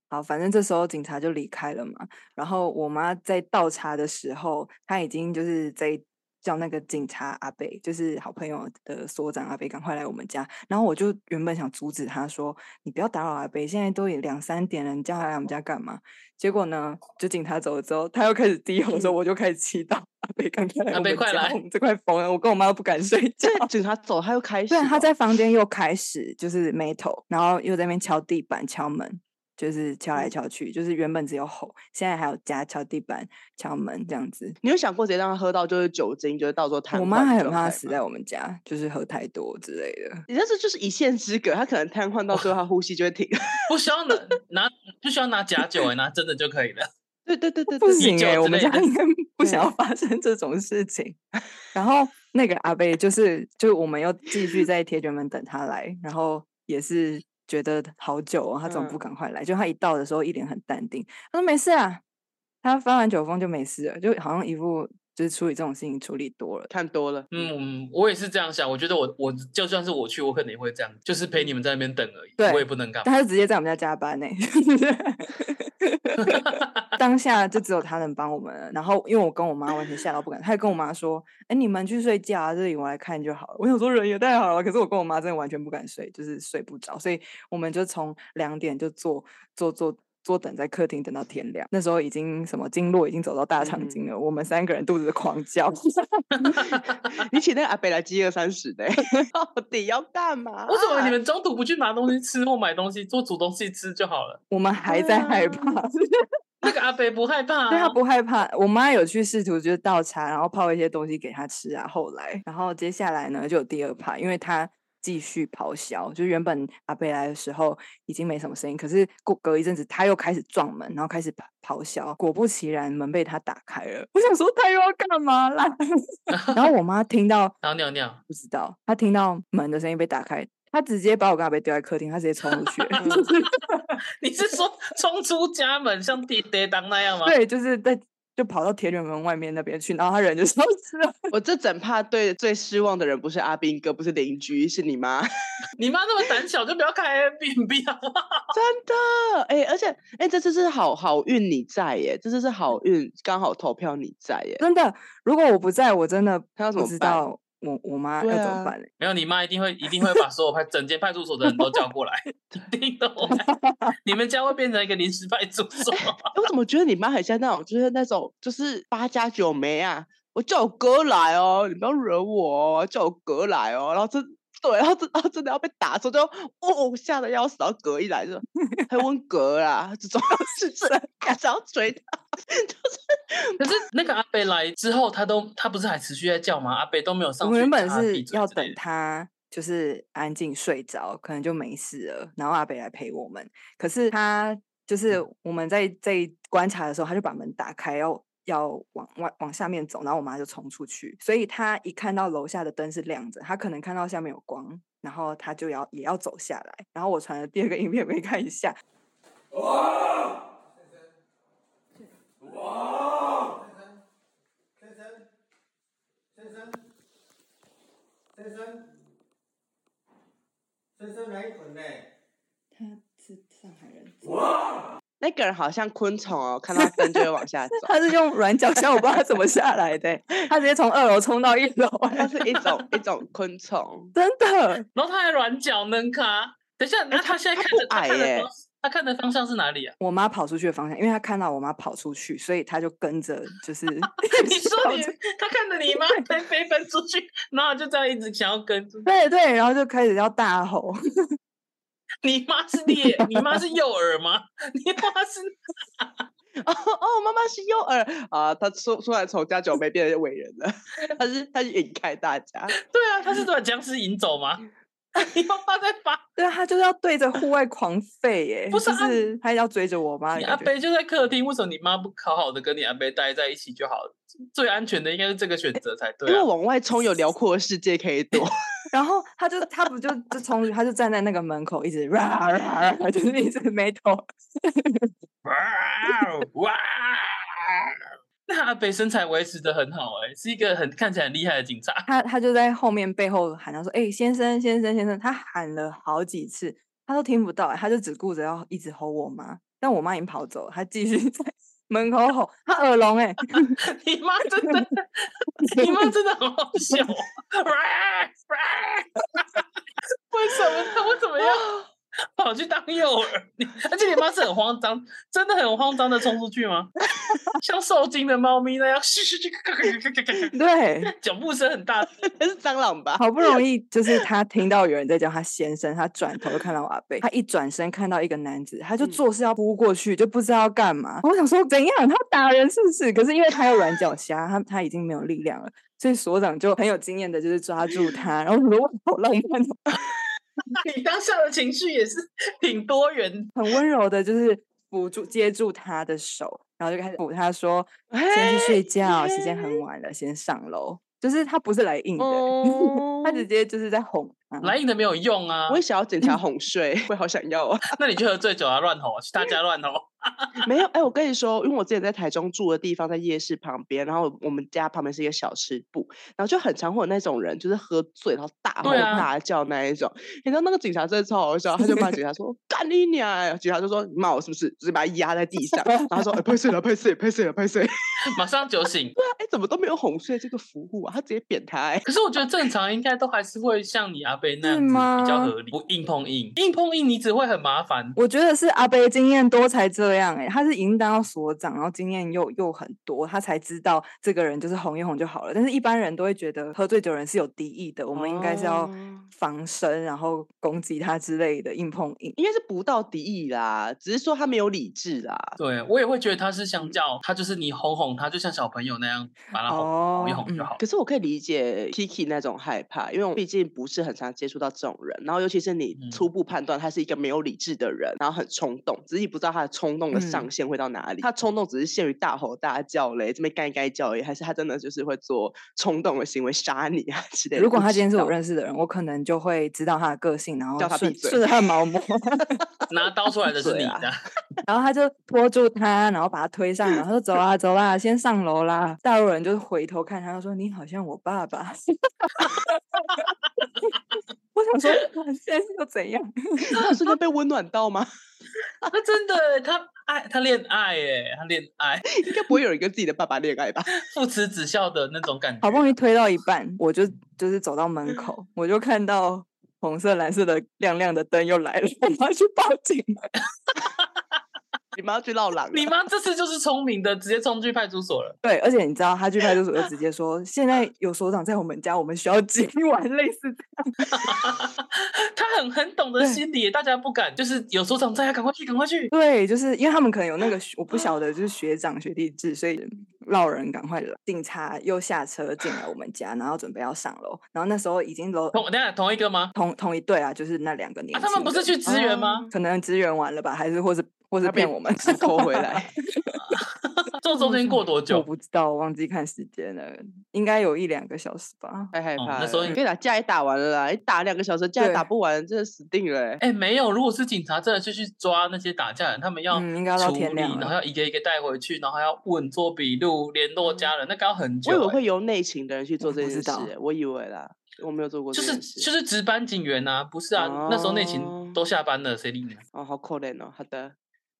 A: 好，反正这时候警察就离开了嘛。然后我妈在倒茶的时候，她已经就是在叫那个警察阿贝，就是好朋友的所长阿贝，赶快来我们家。然后我就原本想阻止他说：“你不要打扰阿贝，现在都也两三点了，你叫他来我们家干嘛？”结果呢，就警察走了之后，他又开始低吼的时候，我就开始祈祷阿贝赶快来
C: 嗯阿
A: 我
C: 贝
A: 们
C: 快
A: 家，
C: 来
A: 我们这快疯了，我跟我妈都不敢睡觉。
B: 这警察走，他又开始哦
A: 对
B: 了、
A: 啊，他在房间又开始就是眉头，然后又在那边敲地板、敲门，就是敲来
B: 嗯
A: 敲去，就是原本只有吼，现在还有加敲地板、敲门这样子。
B: 你有想过直接让他喝到就是酒精，就是到时候瘫
A: 我
B: 痪
A: 妈
B: 的
A: 还很
B: 状
A: 怕
B: 态
A: 死
B: 吗
A: 在我们家，就是喝太多之类的。
B: 你那是就是一线之隔，他可能瘫痪到最后，他呼吸就会停。
C: 不需要拿拿，不需要拿假酒哎、拿真的就可以了。
B: 对对对 对
A: 不
B: 对，
A: 行
C: 酒
A: 哎、
C: 之
A: 我们
C: 类
A: 家
C: 的
A: 应该不想
B: 对
A: 要发生这种事情。然后那个阿贝就是，就我们又继续在铁卷门等他来，然后也是觉得好久、哦，他怎么不
B: 嗯
A: 赶快来？就他一到的时候，一脸很淡定，他说没事啊，他发完酒疯就没事了，就好像一副就是处理这种事情处理多了。
B: 看多了，嗯，
C: 嗯，我也是这样想。我觉得我我就算是我去，我可能也会这样，就是陪你们在那边等而已。
A: 对
C: 我也不能干
A: 但
C: 嘛。
A: 他就直接在我们家加班呢、 当下就只有他能帮我们了。然后因为我跟我妈完全吓到不敢，他还跟我妈说：“哎、你们去睡觉啊，这里我来看就好了。” 我想说人也太好了，可是我跟我妈真的完全不敢睡，就是睡不着，所以我们就从两点就坐坐坐。坐等在客厅等到天亮，那时候已经什么经络已经走到大肠经了，我们三个人肚子狂叫，
B: 你请那个阿北来饥饿三 十的欸，到底要干嘛？
C: 为什
A: 啊
C: 么你们中途不去拿东西吃或买东西，做煮东西吃就好了？
A: 我们还
B: 对
A: 在害
B: 啊
A: 怕，
C: 那个阿北不害怕、啊，
A: 对他不害怕。我妈有去试图就是倒茶，然后泡一些东西给他吃啊。后来，然后接下来呢，就有第二趴，因为他继续咆哮。就原本阿贝来的时候已经没什么声音，可是过隔一阵子他又开始撞门，然后开始咆咆哮。果不其然，门被他打开了。 我想说他又要干嘛啦？ 然后我妈听到
C: 然后尿尿，
A: 不知道，她听到门的声音被打开。她直接把我跟阿贝丢在客厅，她直接冲出去了
B: 嗯
C: 你是说冲出家门像地爹当那样吗？
A: 对，就是在就跑到铁卷门外面那边去，然后他人就消失了。
B: 我这整趴对最失望的人不是阿斌哥，不是邻居，是你妈。
C: 你妈那么胆小，就不要开 Airbnb 好不好？
B: 真的，哎、而且，哎、这次是好好运你在耶，这次是好运，刚好投票你在耶，
A: 真的，如果我不在，我真的
B: 他要怎
A: 不
B: 么
A: 知
B: 办？
A: 道我我妈要
B: 对
A: 怎么
B: 啊
A: 办呢？
C: 没有，你妈一定会一定会把所有派整间派出所的人都叫过来， 一定 都来。你们家会变成一个临时派出所，
B: 哎我怎么觉得你妈很像那种，就是那种就是八加九妹啊？我叫我哥来哦，你不要惹我哦，叫我哥来哦。然后真对，然后真然后真的要被打的时候就哦吓得要死，然后哥一来就还问哥啦，这种是这样，只要追他，就是
C: 可是那个阿贝来之后，他都他不是还持续在叫吗？阿贝都没有上
A: 我们
C: 去，
A: 原本是要等。他就是安静睡着，可能就没事了，然后阿北来陪我们。可是他就是
B: 嗯
A: 我们在在观察的时候，他就把门打开，要要往外往下面走，然后我妈就冲出去。所以他一看到楼下的灯是亮着，他可能看到下面有光，然后他就要也要走下来。然后我传了第二个影片给你看一下，
D: 先生，先生，先生，先生来一捆嘞。
A: 他是上海人，，
B: 那个人好像昆虫哦，看到灯就会往下走
A: 他是用软脚虾，我不知道他怎么下来的欸、他直接从二楼冲到一楼欸、
B: 它是一种一种昆虫。
A: 真的。
C: 然后他还软脚能卡，等一
A: 哎
C: 下，那他现在
B: 他
C: 看
B: 不
C: 的他
B: 矮
C: 看的
B: 耶
C: 方他看的方向是哪里 啊？
A: 我妈跑出去的方向，因为她看到我妈跑出去，所以她就跟着，就是
C: 你说
A: 跑
C: 你
A: 出
C: 他看着 你妈飞飞奔出去，然后就这样一直想要跟住
A: 对对，然后就开始要大吼，
C: 你妈是猎，你妈是诱饵吗？你妈是
B: 哦哦，妈妈是诱饵啊！他说突然从家九妹变成伟人了，他是他是引开大家。
C: 对啊，他是把僵尸引走吗？ 你妈妈在发，
A: 对啊，她就是要对着户外狂吠耶，
C: 不是
A: 就
C: 啊
A: 是她要追着我妈
C: 你
A: 的
C: 阿
A: 啊感觉。
C: 贝就在客厅，为什么你妈不好好的跟你阿贝待在一起就好了？最安全的应该是这个选择才对
B: 因为
C: 啊。
B: 往外冲有辽阔的世界可以躲。
A: 然后她就她不就就从她就站在那个门口一直 ra ra ra，就是 一直没头。
C: 哇哦哇！那阿贝身材维持的很好哎、是一个很看起来很厉害的警察。
A: 她她就在后面背后喊她说：“哎、先生先生先生！”她喊了好几次，她都听不到，欸她就只顾着要一直吼我妈。但我妈已经跑走了，她继续 在门口吼，她耳聋哎、
C: 你妈真的，你妈真的很好笑啊。哇哇为什么她为什么要跑去当诱饵？你而且你妈是很慌张，真的很慌张的冲出去吗？像受惊的猫咪那样，嘘嘘嘘，咔咔咔咔咔咔 咔
A: 对，
C: 脚步声很大声。
B: 那是蟑螂吧？
A: 好不容易就是他听到有人在叫他先生，他转头就看到我阿贝，他一转身看到一个男子，他就
B: 嗯
A: 做事要扑过去，就不知道要干嘛。我想说怎样，他打人是不是？可是因为他有软脚虾，他他已经没有力量了，所以所长就很有经验的，就是抓住他，然 后我说哇好浪漫哦，
C: 你当下的情绪也是挺多元。
A: 很温柔的，就是扶住接住他的手，然后就开始扶他说
C: 哎
A: 先去睡觉，时间很晚了，先上楼。就是他不是来硬的，
B: 哦
A: 他直接就是在哄他。
C: 来硬的没有用啊
B: 我！也想要警察哄睡，我也好想要啊！
C: 那你去喝醉酒啊，乱吼，去他家乱吼。
B: 没有，哎、我跟你说，因为我之前在台中住的地方在夜市旁边，然后我们家旁边是一个小吃部，然后就很常会有那种人，就是喝醉然后大吼
C: 对啊
B: 大叫那一种。你知道那个警察真的超好笑，他就骂警察说：“干你娘！”警察就说：“你骂我是不是？”就是把他压在 地上，然后说：“哎、拍碎了，拍碎，拍碎了，拍碎。”
C: 马上酒醒。
B: 哎、怎么都没有哄睡这个服务啊？他直接扁他、 哎
C: 可是我觉得正常应该都还是会像你阿贝
A: 是
C: 那样子比较
A: 吗
C: 合理，不硬碰硬，硬碰硬你只会很麻烦。
A: 我觉得是阿贝经验多才这样哎、欸，他是已经当到所长，然后经验又又很多，他才知道这个人就是哄一哄就好了。但是一般人都会觉得喝醉酒人是有敌意的，我们应该是要
B: 哦
A: 防身，然后攻击他之类的硬碰硬。
B: 应该是不到敌意啦，只是说他没有理智啦。
C: 对我也会觉得他是相较，他就是你哄哄他，就像小朋友那样把他哄、
A: 哦
C: 哄一哄就
A: 嗯
C: 好。
B: 可是我可以理解 Kiki 那种害怕，因为我毕竟不是很常接触到这种人，然后尤其是你
C: 嗯
B: 初步判断他是一个没有理智的人，然后很冲动，只是你不知道他的冲动的上
A: 嗯
B: 限会到哪里。他冲动只是限于大吼大叫嘞，这边干一干一叫而已，还是他真的就是会做冲动的行为杀你啊之类的？
A: 如果
B: 不
A: 他
B: 知
A: 今天是我
B: 道
A: 认识的人，我可能就会知道他的个性，然后
B: 叫他闭
A: 顺
B: 嘴
A: 顺着他的 毛摸，
C: 拿刀出来的是
B: 对
C: 你
B: 啊
C: 的，
A: 然后他就拖住他，然后把他推上，然后说走啦走啦，先上楼啦。大陆人就回头看他，就说你好像我爸爸。 我想说， 啊现在是又怎样？
B: 他有瞬间被温暖到吗？
C: 那真的他爱，他恋爱耶，他恋爱，
B: 应该不会有人跟自己的爸爸恋爱吧？
C: 父慈子孝的那种感觉。
A: 好不容易推到一半，我就就是走到门口，我就看到红色、蓝色的亮亮的灯又来了，我要去报警了。
B: 你们要去闹狼了，
C: 你妈这次就是聪明的，直接冲去派出所了。
A: 对，而且你知道，他去派出所就直接说，现在有所长在我们家，我们需要 今晚类似这
C: 他很很懂得
A: 对
C: 心理耶，大家不敢，就是有所长在，啊赶快去，赶快去。
A: 对，就是因为他们可能有
C: 嗯
A: 那个学我不晓得，就是学长学弟制，所以老人赶快来。警察又下车进来我们家，然后准备要上楼，然后那时候已经楼
C: 同等一下同一个吗？
A: 同同一队啊，就是那两个年
C: 啊，
A: 轻、啊
C: 他们不是去支援吗？
A: 可能支援完了吧，还是或是或是
B: 他被
A: 骗我们
B: 只扣回来。
C: 这中间过多
A: 我
C: 久？
A: 不知道，我忘记看时间了，应该有一两个小时吧。
B: 太害
C: 哦
B: 怕了。
C: 那时候
B: 你跟你讲，架也打完了啦，一打两个小时，架也打
A: 对
B: 不完，真的死定了、欸。
C: 哎、没有，如果是警察真的是去抓那些打架人，他们要
A: 嗯应该要到
C: 处
A: 天
C: 理，
A: 亮
C: 然
A: 了
C: 后要一个一个带回去，然后还要问做笔录、联络家人，那个要很久
B: 我以为
C: 欸、
B: 会由内勤的人去做
A: 我
B: 这
A: 不
B: 件
A: 知
B: 事、
A: 道
B: 欸，我以为啦，我没有做过
C: 就
B: 这
C: 是
B: 件事。
C: 就、是值班警员呐、啊，不是啊？那时候内勤
B: 哦
C: 都下班了，谁理你啊？
B: 哦，好可怜哦。好的，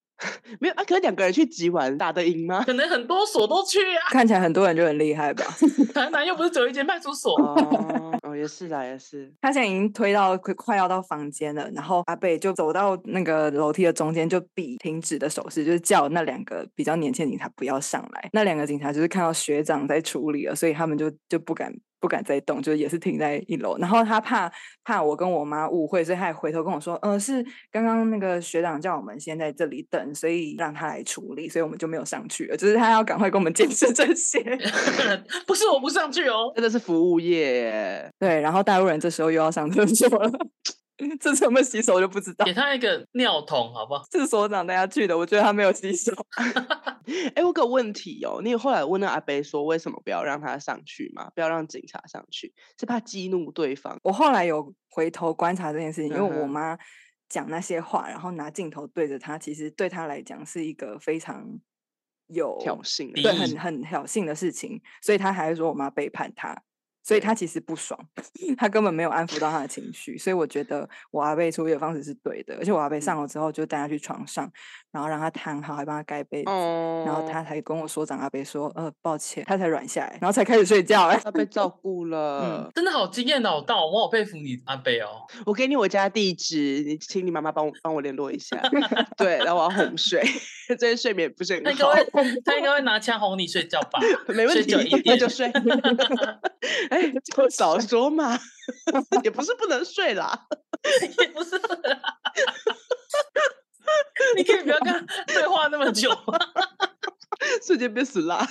B: 没有啊，可是两个人去集完打得赢吗？
C: 可能很多所都去啊，
A: 看起来很多人就很厉害吧？
C: 台南又不是只有一间派出所。
B: 哦，哦，也是啦，也是。
A: 他现在已经推到快快要到房间了，然后阿贝就走到那个楼梯的中间，就比停止的手势，就是叫那两个比较年轻的警察不要上来。那两个警察就是看到学长在处理了，所以他们就就不敢不敢再动，就也是停在一楼。然后他怕怕我跟我妈误会，所以他也回头跟我说：“呃，是刚刚那个学长叫我们先在这里等，所以让他来处理，所以我们就没有上去了。就是他要赶快跟我们解释这些。
C: 不是我不上去哦，
B: 真的是服务业耶，
A: 对，然后大陆人这时候又要上厕所了。” 这次有没有洗手我就不知道
C: 给。他一个尿桶好不好？
A: 这是所长带他去的，我觉得他没有洗手。
B: 哎、我有个问题哦，你有后来问那阿贝说，为什么不要让他上去嘛？不要让警察上去，是怕激怒对方。
A: 我后来有回头观察这件事情，因为
B: 嗯
A: 我
B: 哼
A: 妈讲那些话，然后拿镜头对着他，其实对他来讲是一个非常有
B: 挑衅的
A: 对，
C: 敌意
A: 很很挑衅的事情，所以他还会说我妈背叛他。所以他其实不爽， 他根本没有安抚到他的情绪，所以我觉得我阿贝处理的方式是对的，而且我阿贝
B: 嗯
A: 上楼之后就带他去床上，然后让他躺好，还帮他盖被子，
B: 哦，
A: 嗯然后他才跟我所长阿贝说，呃，抱歉，他才软下来，然后才开始睡觉、 哎，
B: 他被照顾
A: 嗯
B: 了。
C: 真的好惊艳老道，我好佩服你阿北哦。
B: 我给你我家地址，你请你妈妈帮我帮我联络一下。 对，然后我要哄睡，最近睡眠不是
C: 他
B: 很
C: 应该
B: 好，
C: 会，他应该会拿枪哄你睡觉吧？
B: 没问
C: 睡久
B: 题
C: 一，
B: 那
C: 点
B: 就睡。 哎，就早 说嘛，也不是不能睡啦。
C: 也不是不能啊， 你可以不要跟 他对话那么久吗，
B: 瞬间变死啦！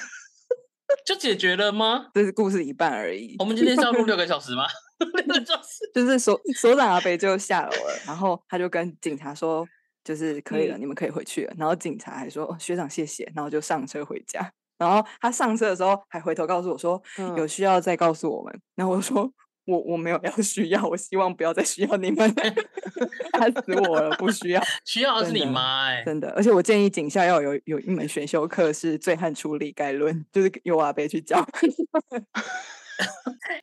C: 就解决了吗？
A: 这是故事一半而已
B: 哦
C: 我。们今天是要录六个小时吗？ 六个小时，
A: 就是所所长阿北就下楼了，然后他就跟警察说，就是可以了，
B: 嗯
A: 你们可以回去了。然后警察还说、哦学长谢谢，然后就上车回家。然后他上车的时候还回头告诉我说、
B: 嗯
A: 有需要再告诉我们。然后我说我我没有要需要，我希望不要再需要你们了， 吓死我了，不需要，
C: 需要的是
A: 真
C: 你
A: 的
C: 妈哎、
A: 真的。而且我建议警校要有有一门选修课是醉汉处理概论，就是由阿北去教。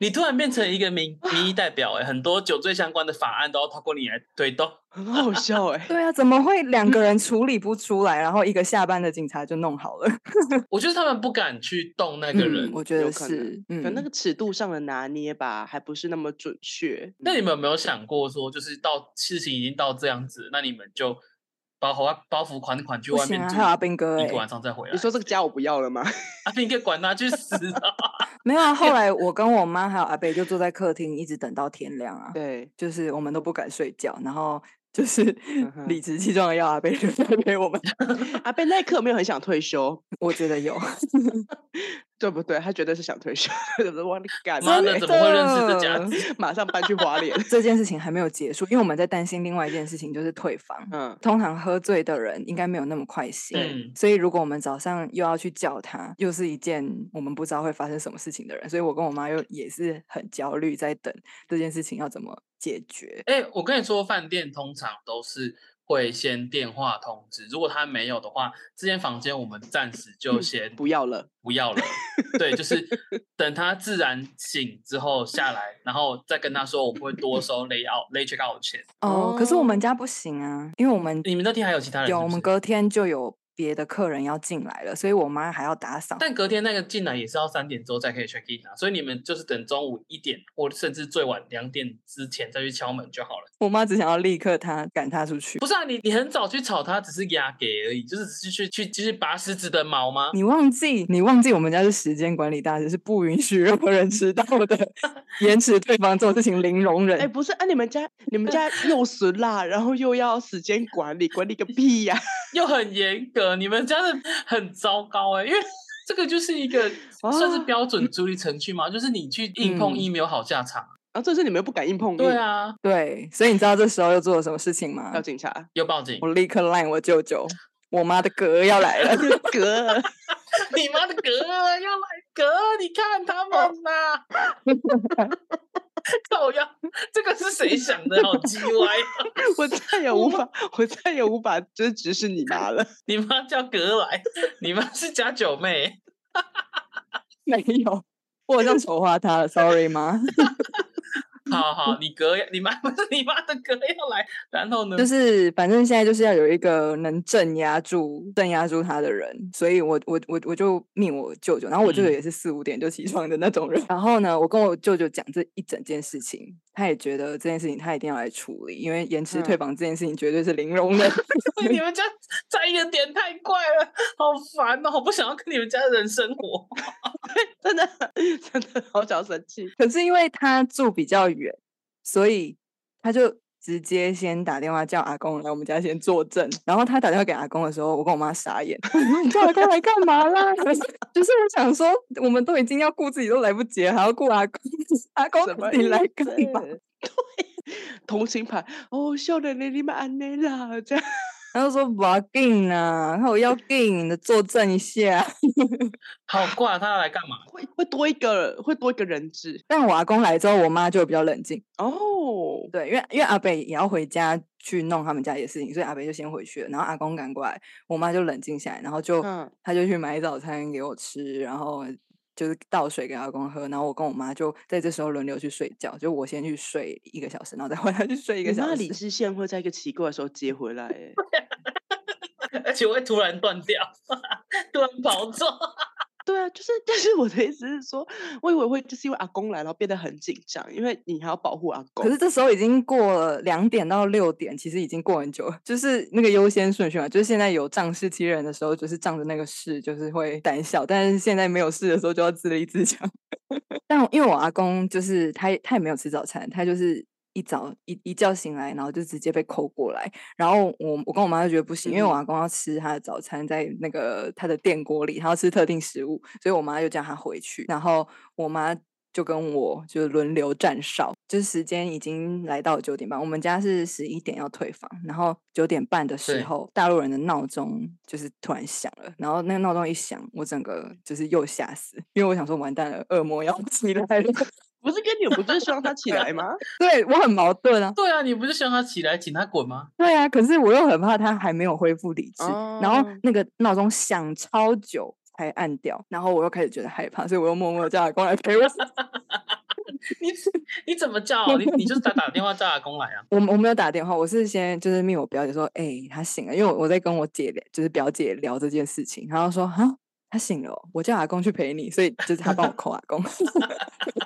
C: 你突然变成一个民民意代表哎、很多酒醉相关的法案都要透过你来推动。
B: 很好笑哎、
A: 对啊，怎么会两个人处理不出来，然后一个下班的警察就弄好了？
C: 我觉得他们不敢去动那个人
A: 嗯、。我觉
B: 有
A: 得
B: 可能
A: 是，
B: 可能那
A: 嗯
B: 个尺度上的拿捏吧，还不是那么准确。
C: 那你们有没有想过说，就是到事情已经到这样子，那你们就包袱包袱款款去
A: 不
C: 外
A: 行
C: 面
A: 啊，
C: 住
A: 还有阿兵哥
C: 一
A: 哎、
C: 个晚上再回来
B: 你？说这个家我不要了吗？
C: 阿斌，你可以管他去死啊！
A: 没 有啊。后来我跟我妈还有阿北就坐在客厅，一直等到天亮啊，
B: 对，
A: 就是我们都不敢睡觉，然后就是
C: 嗯
B: 哼
A: 理直气壮的要阿北留下来陪我们。
B: 阿贝那一刻有没有很想退休，
A: 我觉得有，
B: 对不对？他绝对是想退休， 怎么忘了干？
C: 妈的，
A: 真
C: 怎么会认识这家
A: 的
C: 子？
B: 马上搬去花 莲。
A: 这件事情还没有结束，因为我们在担心另外一件事情，就是退房。
B: 嗯，
A: 通常喝醉的人应该没有那么快醒，
C: 嗯
A: 所以如果我们早上又要去叫他，又是一件我们不知道会发生什么事情的人，所以我跟我妈又也是很焦虑，在等这件事情要怎么解决。
C: 哎、我跟你说，饭店通常都是会先电话通知，如果他没有的话，这间房间我们暂时就
B: 嗯
C: 先
B: 不要了。
C: 不要了。对，就是等他自然醒之后下来，然后再跟他说，我们会多收 lay out lay check out 钱。
A: 哦，可是我
B: 哦
A: 们家不行啊，因为我们
C: 你们那天还有其他人是
A: 有
C: 不
A: 我们
C: 是
A: 隔天就有别的客人要进来了，所以我妈还要打扫。
C: 但隔天那个进来也是要三点之后才可以 check in 啊，所以你们就是等中午一点或甚至最晚两点之前再去敲门就好了。
A: 我妈只想要立刻她赶她出去。
C: 不是啊，你你很早去吵他，只是压给而已，就是只是去去就是拔狮子的毛吗？
A: 你忘记，你忘记我们家是时间管理大师，是不允许任何人迟到的， 延迟对方这种事情零容忍。
B: 哎、不是，啊，你们家你们家又俗辣，然后又要时间管理，管理个屁呀、
C: 又很严格，你们家的很糟糕哎、因为 这个就是一个算是
B: 啊
C: 标准处理程序嘛，就是你去硬碰硬没有好下场。
B: 然后这是你们又不敢硬碰
C: 嗯
B: 硬，
C: 对，啊，
A: 对，所以你知道这时候又做了什么事情吗
B: 要？警察，
C: 又报警，
A: 我立刻 line 我舅舅，我妈的哥要来
B: 哎
A: 了。
B: 哥，
C: 你妈的哥要来哥，你看他们呐、 靠呀，这个是谁想的？好鸡歪啊！
B: 我再也无法，我再也无法就是指使你妈 了。
C: 你妈叫格来，你妈是假九妹。
A: 没有，我好像丑化他了，sorry 吗？
C: 好好，你哥要，你妈 不是你妈的哥要来，然后呢？
A: 就是反正现在就是要有一个能镇压住、镇压住他的人，所以我我我我就命我舅舅，然后我舅舅
C: 嗯
A: 也是四五点就起床的那种人。然后呢，我跟我舅舅讲这一整件事情，他也觉得这件事情他一定要来处理，因为延迟退
B: 嗯
A: 房这件事情绝对是零容忍。
C: 你们家在意的点太怪了，好烦哦！我不想要跟你们家的人生活。
B: 真的， 真的好想生气。
A: 可是因为他住比较远，所以他就直接先打电话叫阿公来我们家先作证。然后他打电话给阿公的时候，我跟我妈傻眼，我说 你叫阿公来干嘛啦？ 就是我想说，我们都已经要顾自己都来不及了，还要顾阿公， 阿公
B: 什么
A: 你来
B: 意
A: 干嘛？
B: 思？ 对，同情牌哦，笑脸的你们安内啦，这样
A: 他就说不要紧啊，看我要紧的作证一下。
C: 好怪，啊他来干嘛？
B: 会会多一个会多一个人质
A: 但我阿公来之后，我妈就比较冷静。
B: 哦。
A: 对，因为因为阿北也要回家去弄他们家里的事情，所以阿北就先回去了，然后阿公赶过来，我妈就冷静下来，然后就、
B: 嗯
A: 他就去买早餐给我吃，然后就是倒水给阿公喝，然后我跟我妈就在这时候轮流去睡觉，就我先去睡一个小时，然后再换她去睡一
B: 你
A: 个小
B: 妈理
A: 时。
B: 智线会在一个奇怪的时候接回来欸，
C: 而且会突然断掉， 突然跑走。
B: 对啊，就是，但是我的意思是说，我以为会就是因为阿公来，然后变得很紧张，因为你还要保护阿公
A: 可。是这时候已经过了两点到六点，其实已经过很久了，就是那个优先顺序嘛。就是现在有仗势欺人的时候，就是仗着那个势，就是会胆小；但是现在没有事的时候，就要自立自强。 但因为我阿公就是他也，他也没有吃早餐，他就是一早一一觉醒来，然后就直接被扣过来。然后我我跟我妈就觉得不行，因为我
B: 嗯
A: 阿公要吃他的早餐，在那个他的电锅里，他要吃特定食物，所以我妈就叫他回去。然后我妈就跟我就轮流站哨，就是时间已经来到九点半，我们家是十一点要退房，然后九点半的时
C: 对
A: 候，大陆人的闹钟就是突然响了，然后那个闹钟一响，我整个就是又吓死，因为我想说完蛋了，恶魔要 起来了，
B: 不是跟你不是希望他起来吗？
A: 对我很矛盾啊，
C: 对啊，你不是希望他起来请他滚吗？
A: 对啊，可是我又很怕他还没有恢复理智，然后
B: 哦
A: 那个闹钟响超久才按掉，然后我又开始觉得害怕，所以我又默默地叫阿公来陪我。
C: 你你怎么叫？啊你你就是打打电话叫阿公来啊？
A: 我我没有打电话，我是先就是命我表姐说，哎、她醒了，因为我我在跟我姐聊就是表姐聊这件事情，然后说啊，她醒了哦、我叫阿公去陪你，所以就是她帮我扣阿公，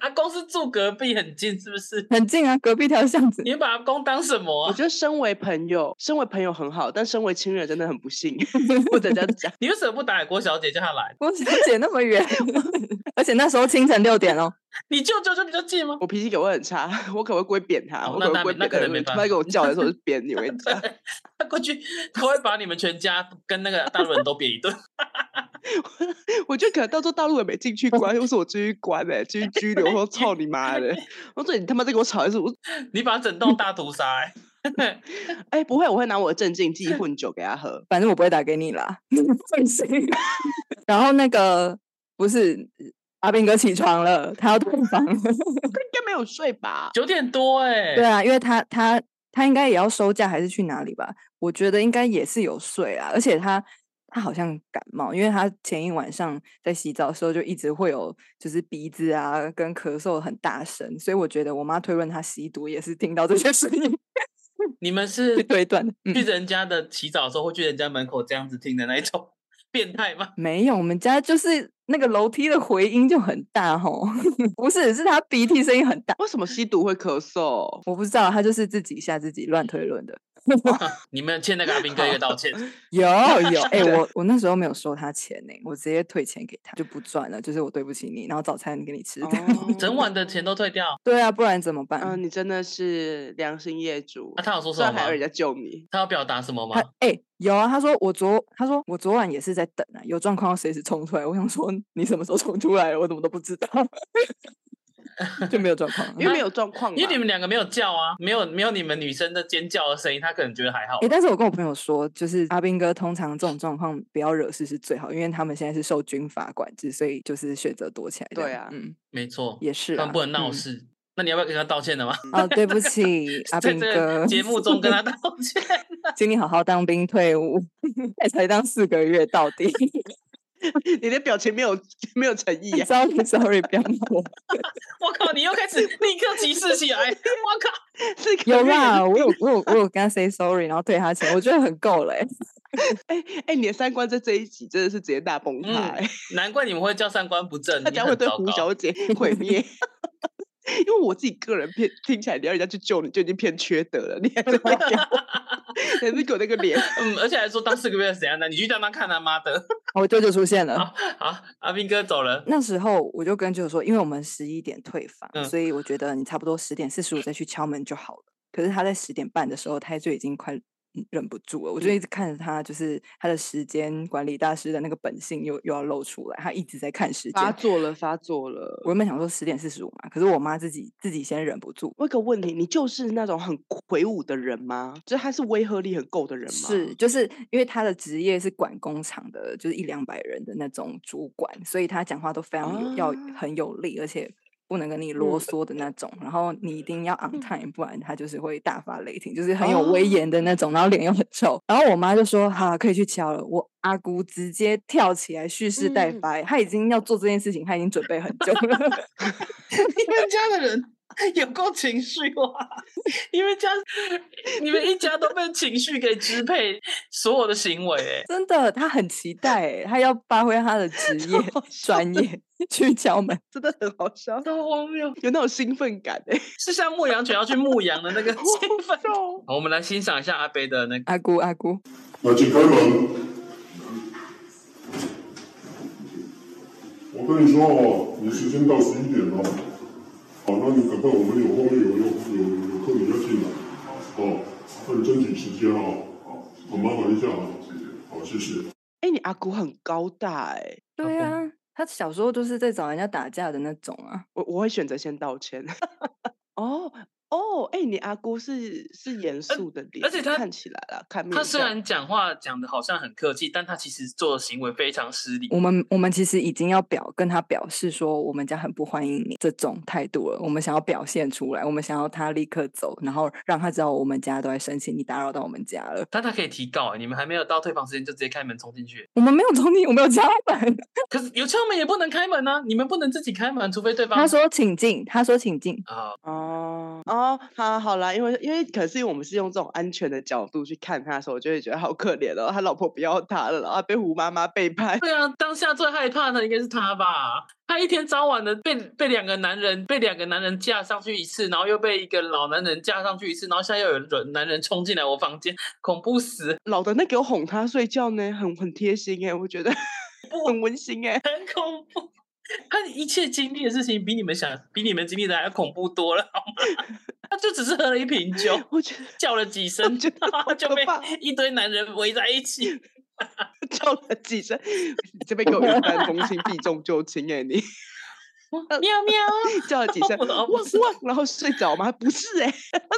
C: 阿公是住隔壁很近，是不是？
A: 很近啊，隔壁条巷子。
C: 你把阿公当什么
B: 我
C: 啊？
B: 觉得身为朋友，身为朋友很好，但身为亲人真的很不幸。 不能这样讲，
C: 你为什么不打给郭小姐叫她来？
A: 我小姐那么远， 而且那时候清晨六点哦，
C: 你舅舅就比较近 吗？
B: 我脾气给我很差， 我可能会故意扁他，
C: 哦
B: 我
C: 那
B: 可能
C: 那
B: 会
C: 没那
B: 扁
C: 可
B: 他，
C: 能没
B: 他
C: 办
B: 给
C: 法
B: 我叫的时候我就扁你，我跟你
C: 啊
B: 讲，
C: 他过去，他会把你们全家跟那个大陆人都扁一顿。
B: 我就可能到时候大陆也没进去关，又是我进去关哎、欸， 进去拘留，我说操你妈的，我说你他妈再给我吵一次，我
C: 你把整栋大屠杀、欸，
B: 哎、不会，我会拿我的镇静 剂混酒给他喝。
A: 反正我不会打给你啦， 你放心。然后那个不是阿斌哥起床了，他要退房了。
B: 他应该没有睡吧？
C: 九点多哎、
A: 对啊，因为他他他应该也要收假还是去哪里吧？我觉得应该也是有睡啊，而且他他好像感冒，因为他前一晚上在洗澡的时候就一直会有就是鼻子啊跟咳嗽很大声，所以我觉得我妈推论他吸毒也是听到这些声音。
C: 你们是
A: 去推断的。嗯
C: 去，人家的洗澡的时候会去人家门口这样子听的那一种 变态吗？
A: 没有，我们家就是那个楼梯的回音就很大吼， 不是，是他鼻涕声音很大。
B: 为什么吸毒会咳嗽？
A: 我不知道，他就是自己吓自己乱推论的。
C: 你们欠那个阿兵哥一个道歉。
A: 有有，哎、
B: 对
A: 我我那时候没有收他钱呢、我直接退钱给他，就不赚了，就是我对不起你，然后早餐给你吃。
B: 哦
C: 整晚的钱都退掉。
A: 对啊，不然怎么办？
B: 嗯，你真的是良心业主。
C: 啊那、他哦有说什
B: 虽
C: 么
B: 然还
C: 吗
B: 有？人家救你，
C: 他要表达什么
A: 他
C: 吗？
A: 哎、有啊，他说我昨他说我昨晚也是在等啊，有状况要随时冲出来。我想说你什么时候冲出来了，我怎么都不知道， 就没有状况啊。
B: 因为没有状况 嘛，
C: 因为你们两个没有叫啊，没有没有你们女生的尖叫的声音，他可能觉得还好
A: 哎、。但是我跟我朋友说，就是阿兵哥通常这种状况不要惹事是最好，因为他们现在是受军法管制，所以就是选择躲起来这
B: 对
A: 样。
B: 啊
A: 嗯，
C: 没错，
A: 也是
C: 他
A: 啊，
C: 们不能闹
A: 嗯
C: 事。那你要不要跟他道歉的吗？
A: 哦，对不起， 阿
C: 在
A: 兵
C: 这
A: 哥
C: 个，节目中跟他道歉。
A: 请你好好当兵退伍， 哎才当四个月到 底
B: 你的表情没有没有诚
A: 哎
B: 意耶。啊
A: ，sorry sorry，不要闹我。
C: 我靠，你又开始立刻歧视起来！我靠，
B: 是可
A: 有
B: 以
A: 啦，我有我有我有跟他 say sorry，然后退他钱，我觉得很够 了、欸。
B: 哎哎，你的三观在这一集真的是直接大崩
C: 嗯
B: 塌、欸，
C: 难怪你们会叫三观不正，
B: 大
C: 你
B: 家会
C: 很
B: 对
C: 糟
B: 胡
C: 糕
B: 小姐毁灭。因为我自己个人骗，听起来你要人家去救你就已经偏缺德了，你还在那边给我，你还是给我那个脸，
C: 嗯，而且还说当四个月是怎样的，你去当当看他、妈的！
A: 我舅哦舅出现了。
C: 好，啊阿斌哥走了，
A: 那时候我就跟舅舅说，因为我们十一点退房，
C: 嗯
A: 所以我觉得你差不多十点四十五再去敲门就好了。可是他在十点半的时候，他就已经快嗯忍不住了，我就一直看着他，就是他的时间管理大师的那个本性又又要露出来，他一直在看时间。
B: 作了，发作了。
A: 我原本想说十点四十五嘛，可是我妈自己自己先忍不住，
B: 我有个问题，你就是那种很魁梧的人吗？就是他是威吓力很够的人吗？
A: 是，就是因为他的职业是管工厂的，就是一两百人的那种主管，所以他讲话都非常有、要
B: 啊
A: 很有力，而且不能跟你
B: 嗯
A: 啰嗦的那种。然后你一定要 on time，不然他就是会大发雷霆，就是很有威严的那种，然后脸又很臭。然后我妈就说：“ 好啦，可以去敲了。”我阿姑直接跳起来蓄势待
B: 嗯
A: 发、她已经要做这件事情，她已经准备很久了。
C: 你们 家的人有够情绪化，你们家你们一家都被情绪给支配所有的行为、欸，
A: 真的，他很期待欸，他要发挥他的职业
B: 好笑
A: 专业 去敲门。
B: 真的 很好笑，
C: 都荒谬，
B: 有那种兴奋感 哎、
C: 是像牧羊犬要去牧羊的那个兴奋。
B: 欸。
C: 好我们来欣赏一下阿贝的那个，
A: 阿姑，阿姑，
E: 要去开门。我跟你说哦，你时间到十一点哦。好，那你赶快，我们有后面有有有有客人要进来，哦，那你争取时间哦。好，我麻烦一下啊，谢谢。好，谢谢。
B: 哎、你阿姑很高大哎、
A: 对
C: 公
A: 啊，他小时候就是在找人家打架的那种啊。
B: 我我会选择先道歉。 哦哦，哎、你阿姑是是严肃的脸，
C: 呃且她
B: 看起来了，看面
C: 他虽
B: 相
C: 然讲话讲的好像很客气，但他其实做的行为非常失礼。
A: 我们我们其实已经要表跟他表示说，我们家很不欢迎你这种态度了。我们想要表现出来，我们想要他立刻走，然后让他知道我们家都在生气，你打扰到我们家了。
C: 但他可以提告、欸，你们还没有到退房时间就直接开门冲进去。
A: 我们没有冲进，我没有敲门。
C: 可是有敲门也不能开门啊，你们不能自己开门，除非对方。
A: 他说请进，他说请进。
C: 啊、
B: 哦哦，好好啦，因为因为可是因为我们是用这种安全的角度去看他的时候，我就会觉得好可怜哦，他老婆不要他了，然后被胡妈妈背叛。
C: 对啊，当下最害怕的应该是他吧？他一天到晚的被被两个男人被两个男人架上去一次，然后又被一个老男人架上去一次，然后现在又有人男人冲进来我房间，恐怖死，
B: 老的那给我哄他睡觉呢，很很贴心哎、我 觉得很温馨哎、
C: 很恐怖。他一切经历的事情比你们想比你们经历的还要恐怖多了，好吗？他就只是喝了一瓶酒，
B: 我觉得
C: 叫了几声，
B: 觉得好
C: 就
B: 可
C: 被
B: 怕
C: 一堆男人围在一 起。
B: 叫了几声， 你这边给我云 淡风轻，避重就轻哎、你
C: 喵喵，
B: 叫了呃几声
C: 我
B: 汪
C: 不知道
B: 汪，然后睡着吗？不是哎、他是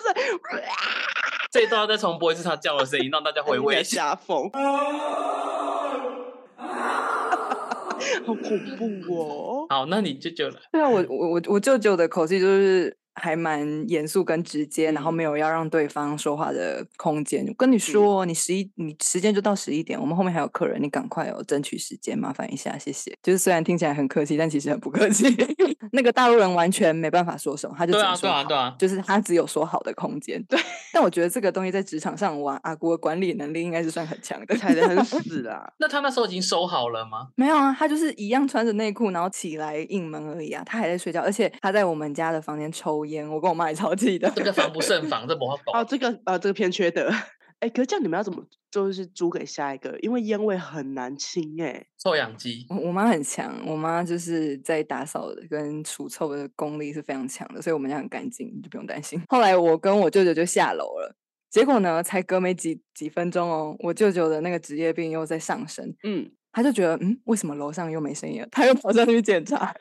C: 这一段要再重播一次他叫的声音，让大家回 味一下。
B: 下风，好恐怖哦！
C: 好，那你就就了。
B: 哦
A: 对啊，我我我我舅舅的口气就是还蛮严肃跟直接，然后
B: 嗯
A: 没有要让对方说话的空间。我跟
C: 嗯
A: 你说，你十一你时间就到十一点，我们后面还有客人，你赶快哦，争取时间，麻烦一下，谢谢。就是虽然听起来很客气，但其实很不客气。 那个大陆人完全没办法说什么，他就只
C: 对
A: 能
C: 啊，
A: 说
C: 对啊，
A: 好
C: 对啊，。
A: 就是他只有说好的空间。对，但我觉得这个东西在职场上，哇，阿国管理能力应该是算很强的。
B: 踩得很死啦
C: 那他那时候已经收好了吗？
A: 没有啊，他就是一样穿着内裤，然后起来应门而已啊。他还在睡觉，而且他在我们家的房间抽烟，我跟我妈也超气的。
C: 这个防不胜防，这不好
B: 哦，
C: 搞。
B: 这个呃，这个偏缺德。 哎、可是这样你们要怎么就是租给下一个？因为烟味很难清哎、
C: 臭氧 机，
A: 我我妈很强，我妈就是在打扫的跟除臭的功力是非常强的，所以我们家很干净，你就不用担心。后来我跟我舅舅就下楼了，结果呢，才隔没几几分钟哦，我舅舅的那个职业病又在上升，
B: 嗯，
A: 他就觉得嗯，为什么楼上又没声音了？他又跑上去检查，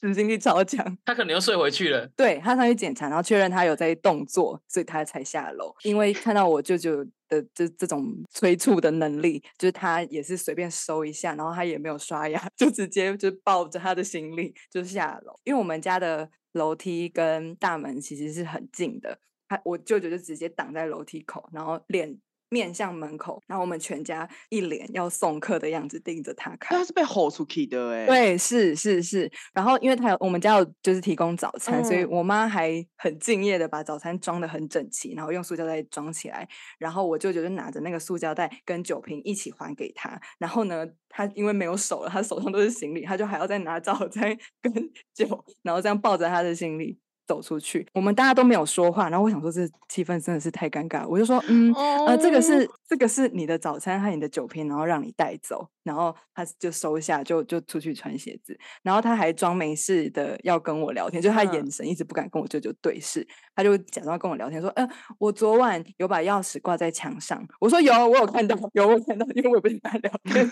A: 执行力超强。
C: 他可能又睡回去了。
A: 对他上去检查，然后确认他有在动作，所以他才下楼。因为看到我舅舅的这这种催促的能力，就是他也是随便收一下，然后他也没有刷牙，就直接就抱着他的行李就下楼。因为我们家的楼梯跟大门其实是很近的，他我舅舅就直接挡在楼梯口，然后脸。面向门口，然后我们全家一脸要送客的样子盯着他看
B: 但。他是被吼出去的哎、，
A: 对，是是是。然后因为他有我们家有就是提供早餐，所以
B: 嗯
A: 我妈还很敬业的把早餐装的很整齐，然后用塑胶袋装起来。然后我舅舅就拿着那个塑胶袋跟酒瓶一起还给他。然后呢，他因为没有手了，他手上都是行李，他就还要再拿早餐 跟酒，然后这样抱着他的行李。走出去，我们大家都没有说话，然后我想说这气氛真的是太尴尬，我就说嗯，
B: 哦
A: 呃，这个是这个是你的早餐和你的酒瓶，然后让你带走，然后他就收下，就就出去穿鞋子，然后他还装没事的要跟我聊天，就是他
B: 嗯
A: 眼神一直不敢跟我舅舅对视，他就假装跟我聊天说，呃，我昨晚有把钥匙挂在墙上，我说有，我有看到，有我有看到，因为我也不是跟他聊天，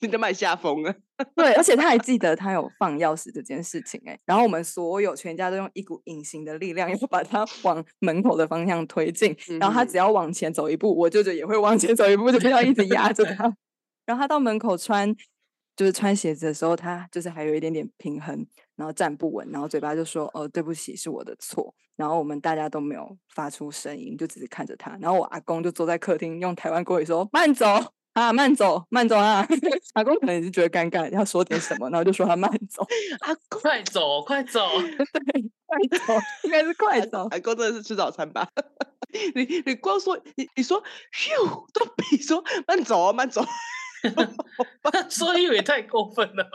B: 你在卖下风啊。
A: 对，而且他还记得他有放钥匙这件事情、欸，然后我们所有全家都用一股隐形的力量，要把他往门口的方向推进，然后他
B: 嗯
A: 只要往前走一步，我舅舅也会往前走一步，就是要一直压着他。 然后他到门口穿，就是穿鞋子的时候，他就是还有一点点平衡，然后站不稳，然后嘴巴就说：“哦，对不起，是我的错。”然后我们大家都没有发出声音，就只是看着他。然后我阿公就坐在客厅，用台湾国语说：“慢走啊，慢走，慢走啊。”阿公可能也是觉得尴尬，要说点什么，然后就说他慢走，
B: 阿公，
C: 快走，快走！
A: 快走，应该是快走。
B: 阿公真的是吃早餐吧？ 你你光说你你说咻，都比说慢走哦，慢走。
C: 所以也太过分了吧？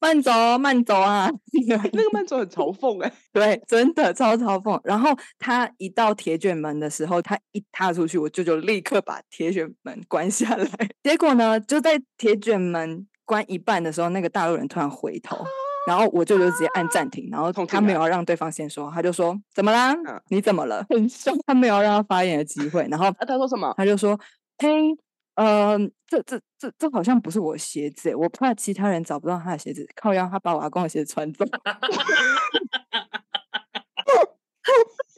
A: 慢走哦，慢走啊！
B: 那个慢走很嘲讽哎、
A: 对，真的超嘲讽。然后他一到铁卷门的时候，他一踏出去，我舅舅立刻把铁卷门关下来。 结果呢，就在铁卷门关一半的时候，那个大陆人突然回头，然后我舅舅直接按暂停，然后
B: 痛
A: 他
B: 定
A: 没
B: 了
A: 有要让对方先说话，他就说：“怎么啦？
B: 嗯
A: 你怎么了？”很凶，他没有让他发言的机会。然后
B: 啊，他说什么？
A: 他就说：“嘿，呃，这这这这好像不是我鞋子欸，我怕其他人找不到他的鞋子，靠腰他把我阿公的鞋子穿走。”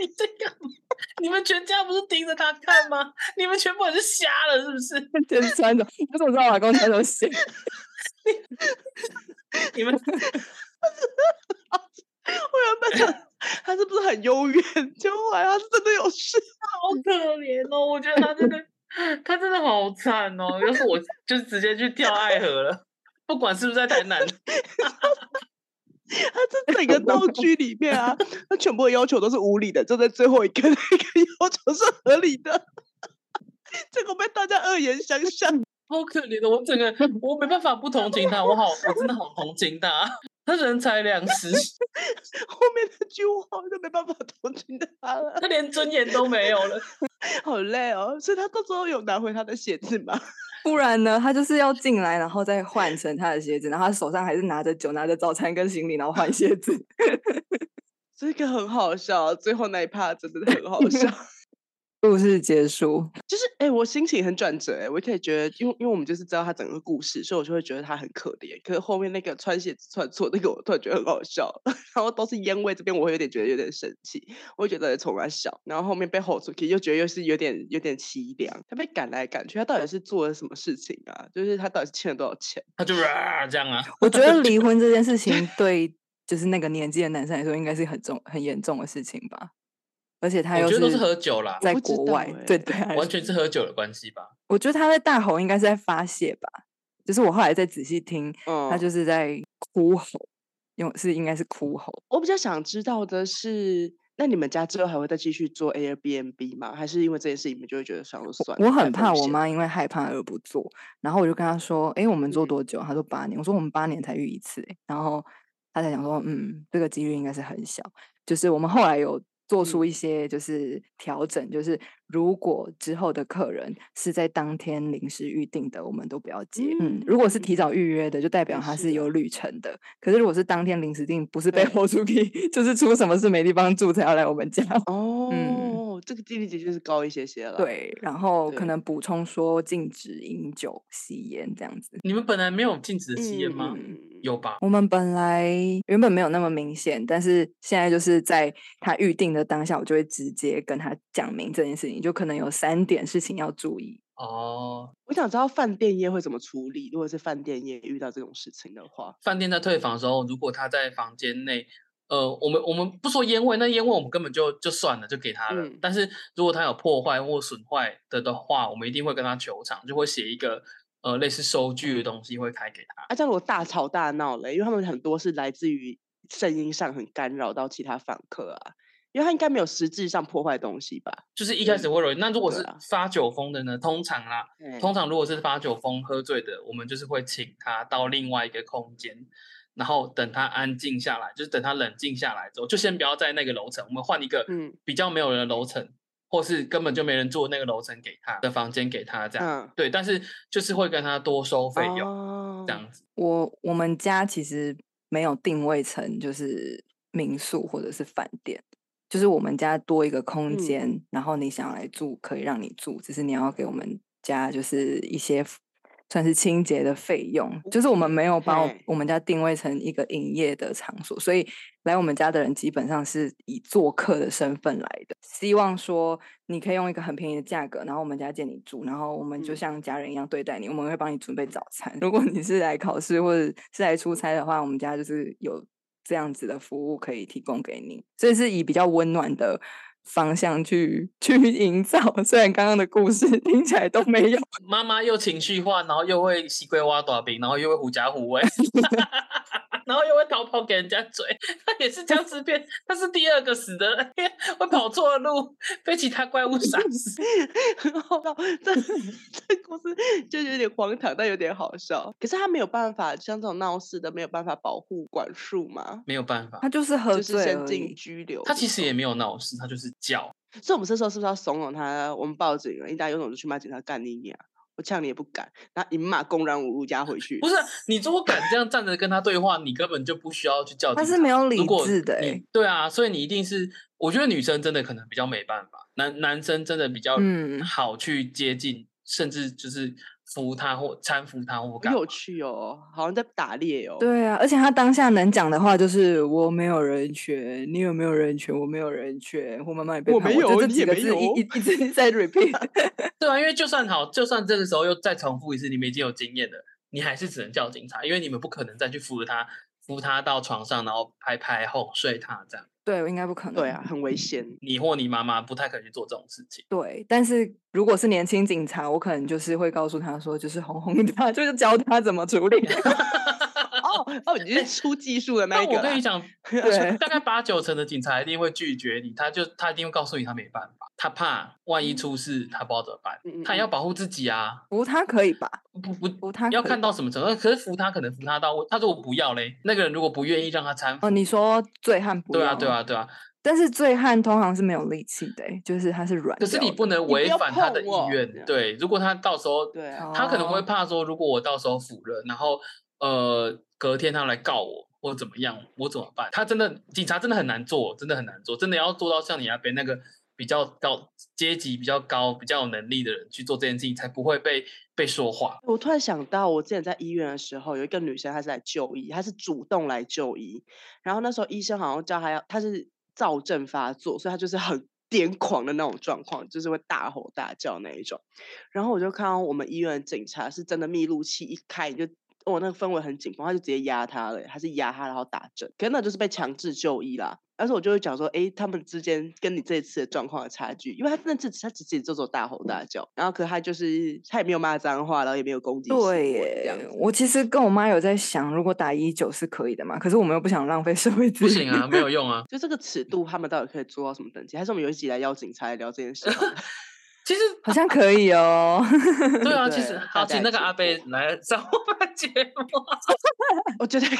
C: 你在干嘛？你们全家不是盯着他看吗？你们全部人是瞎了是不是？
A: 先穿着，我怎么知道我老公穿着鞋？
C: 你们
B: 我原本想 他是不是很幽怨？ 结果后来他是真的有事。
C: 好可怜哦，我觉得他真的，他真的好惨哦。要是我就直接去跳爱河了，不管是不是在台南，
B: 他这整个闹剧里面啊，他全部的要求都是无理的，就在最后一个那个要求是合理的， 结果被大家恶言相向。
C: 好可怜的，哦我整个我没办法不同情他，我好，我真的好同情他，他人财两失，
B: 后面那句话我就没办法同情他了，
C: 他连尊严都没有了。
B: 好累哦。所以他到最后有拿回他的鞋子吗？
A: 不然呢，他就是要进来，然后再换成他的鞋子，然后他手上还是拿着酒、拿着早餐跟行李，然后换鞋子。
B: 这个很好笑，最后那一趴真的很好笑。
A: 故事结束，
B: 就是哎、欸我心情很转折哎、我可以觉得，因为因为我们就是知道他整个故事，所以我就会觉得他很可怜。可是后面那个穿鞋子穿错那个，我突然觉得很好笑， 然后都是烟味这边，我会有点觉得有点生气，我会觉得从他小，然后后面被吼出去，又觉得又是有点有点凄凉。他被赶来赶去，他到底是做了什么事情啊？就是他到底是欠了多少钱？
C: 他就啊这样啊，
A: 我觉得离婚这件事情对就是那个年纪的男生来说，应该是很重很严重的事情吧。而且他
C: 我
A: 又
C: 觉得都是喝酒啦，
A: 在
B: 不知
A: 国
B: 道
A: 外，
B: 欸
A: 对对，还
C: 完全是喝酒的关系吧。
A: 我觉得他在大吼应该是在发泄吧，就是我后来再仔细听，
B: 嗯，
A: 他就是在哭吼，用是应该是哭吼。
B: 我比较想知道的是，那你们家之后还会再继续做 Airbnb 吗？还是因为这件事，你们就会觉得算了算了？
A: 我很
B: 太
A: 怕
B: 风
A: 我
B: 险
A: 妈因为害怕而不做，然后我就跟她说：“诶，我们
B: 嗯
A: 做多久？”她说：“八年。”我说：“我们八年才遇一次、欸。”然后她才想说：“嗯，这个几率应该是很小。”就是我们后来有做
B: 嗯
A: 出一些就是调整，就是如果之后的客人是在当天临时预定的，我们都不要接。嗯，如果是提早预约的，就代表
B: 也
A: 他
B: 是
A: 是
B: 啊
A: 有旅程的。可是如果是当天临时订，不是被
B: 对
A: hold 出去， 就是出什么事没地方住才要来我们家。
C: 嗯
B: 哦，这个几率的确是高一些些了。，
A: 对，然后可
B: 对
A: 能补充说禁止饮酒、吸烟这样子。
C: 你们本来没有禁止吸烟吗？
B: 嗯
C: 有吧？
A: 我们本来原本没有那么明显，但是现在就是在他预定的当下，我就会直接跟他讲明这件事情，就可能有三点事情要注意。
C: 哦，
B: 我想知道饭店业会怎么处理，如果是饭店业遇到这种事情的话，
C: 饭店在退房的时候，如果他在房间内，呃，我们我们不说烟味，那烟味我们根本就就算了，就给他了。
B: 嗯
C: 但是如果他有破坏或损坏的的话，我们一定会跟他求偿，就会写一个呃类似收据的东西会开给他。
B: 啊，这样如果大吵大闹嘞，因为他们很多是来自于声音上很干扰到其他访客啊，因为他应该没有实质上破坏东西吧？
C: 就是一开始会有，那如果
B: 对
C: 是
B: 啊
C: 发酒疯的呢？通常啦，通常如果是发酒疯喝醉的，我们就是会请他到另外一个空间，然后等他安静下来，就是等他冷静下来之后，就先不要在那个楼层，我们换一个
B: 嗯
C: 比较没有人的楼层，或是根本就没人住的那个楼层给他的房间给他这样。
B: 嗯，
C: 对，但是就是会跟他多收费用、
B: 哦
C: 这样子。
A: 我我们家其实没有定位成就是民宿或者是饭店，就是我们家多一个空
B: 嗯
A: 间，然后你想来住可以让你住，只是你要给我们家就是一些 f- 算是清洁的费用，就是我们没有把我
B: 嘿
A: 我们家定位成一个营业的场所，所以来我们家的人基本上是以做客的身份来的，希望说你可以用一个很便宜的价格，然后我们家借你住，然后我们就
B: 嗯
A: 像家人一样对待你，我们会帮你准备早餐。如果你是来考试或者是来出差的话，我们家就是有这样子的服务可以提供给你，所以是以比较温暖的。方向去去营造，虽然刚刚的故事 听起来都没有，
C: 妈妈又情绪化，然后又会西瓜挖短饼，然后又会狐假虎威， 然后又会逃跑给人家追，他也是僵尸片，他是第二个死的 人，会跑错路，被其他怪物杀死。
B: 很好笑，这这故事就有点荒唐，但有点好笑。可是他没有办法，像这种闹事的没有办法保护管束嘛，
C: 没有办法
A: 他，就是喝
B: 就是
A: 醉
B: 先
A: 而
B: 进
A: 已。
B: 拘留。
C: 呃他其实也，没有闹事，他就是叫。
B: 所以我们这时候是不是要怂恿他？我们报警了，一打有种就去骂警察干你娘！我呛你也不敢，然后一骂公然侮辱加回去。
C: 不是啊你如果敢这样站着跟他对话，你根本就不需要去叫警察。
A: 他是没有理
C: 如果
A: 智的
C: 你
A: 欸
C: 对啊，所以你一定是，我觉得女生真的可能比较没办法，男男生真的比较
A: 嗯
C: 好去接近，甚至就是扶他或搀扶他或
B: 好
C: 干嘛
B: 有趣哦，好像在打猎哦。
A: 对啊，而且他当下能讲的话就是我没有人权，你有没有人权？我没有人权，我妈妈也被
B: 我
A: 判
B: 没
A: 觉得
B: 有
A: 这
B: 你
A: 几
B: 也
A: 个
B: 没
A: 字一
B: 有
A: 一一直在 repeat。
C: 对啊，因为就算好，就算这个时候又再重复一次，你们已经有经验了，你还是只能叫警察，因为你们不可能再去扶他，扶他到床上，然后拍拍哄睡他这样。
A: 对，应该不可能。
B: 对啊，，很危险。
C: 你或你妈妈不太可能去做这种事情。
A: 对。但是如果是年轻警察，我可能就是会告诉他说，就是哄哄他， 就是教他怎么处理。
B: 哦哦，你是出技 术的那
C: 但
B: 一个
C: 我跟
B: 啦
C: 你。 讲，
A: 对
C: 大概八九成的警察一定会拒绝你，他就他一定会告诉你他没办法，他怕万一出事，他不知道怎么办，
B: 嗯嗯嗯
C: 他也要
B: 嗯
C: 保护自己啊，
A: 扶他可以吧？
C: 不不
A: 扶他
C: 要
A: 可以
C: 看
A: 吧
C: 到什么程度，可是扶他可能扶他到位，他如果不要嘞，那个人如果不愿意让他搀扶，
A: 哦，你说醉汉不
C: 对啊
A: 要
C: 对
A: 吗
C: 啊。对啊，
A: 但是醉汉通常是没有力气的欸、就是他是软掉
C: 可
A: 的。
C: 是你不能
B: 不
C: 违
B: 要
C: 反他的意
B: 碰我这
C: 愿，
B: 样
C: 对，如果他到时候
B: 对啊，
C: 他可能会
A: 哦
C: 怕说，如果我到时候腐了，然后呃隔天他来告我或怎么样，我怎么办？他真的警察真的很难做，真的很难做，真的要做到像你那边那个比较高阶级、比较高、比较有能力的人去做这件事情，才不会被被说话。
B: 我突然想到，我之前在医院的时候，有一个女生，她是来就医，她是主动来就医。然后那时候医生好像叫她要，她是躁症发作，所以她就是很 癫狂的那种状况，就是会大吼大叫那一种。然后我就看到我们医院的警察是真的密录器一开，你就跟我那个氛围很紧绷，他就直接压他了，他是压他然后打针，可是那就是被强制就医啦。但是我就会讲说，诶，他们之间跟你这一次的状况的差距，因为他真的是他只是只做大吼大叫，然后可他就是他也没有骂脏话，然后也没有攻击行
A: 对
B: 为这样
A: 耶
B: 子，
A: 我其实跟我妈有在想，如果打一九是可以的嘛，可是我们又不想浪费社会资
C: 不
A: 源。
C: 行啊，没有用啊。
B: 就这个尺度，他们到底可以做到什么等级？还是我们有一集来邀警察来聊这件事好了？
C: 其 实
A: 好像可以哦。
C: 对啊，
B: 对
C: 其实
B: 大
C: 好，
B: 家
C: 请那个
B: 解
C: 阿贝来上我们节目。
B: 我觉得可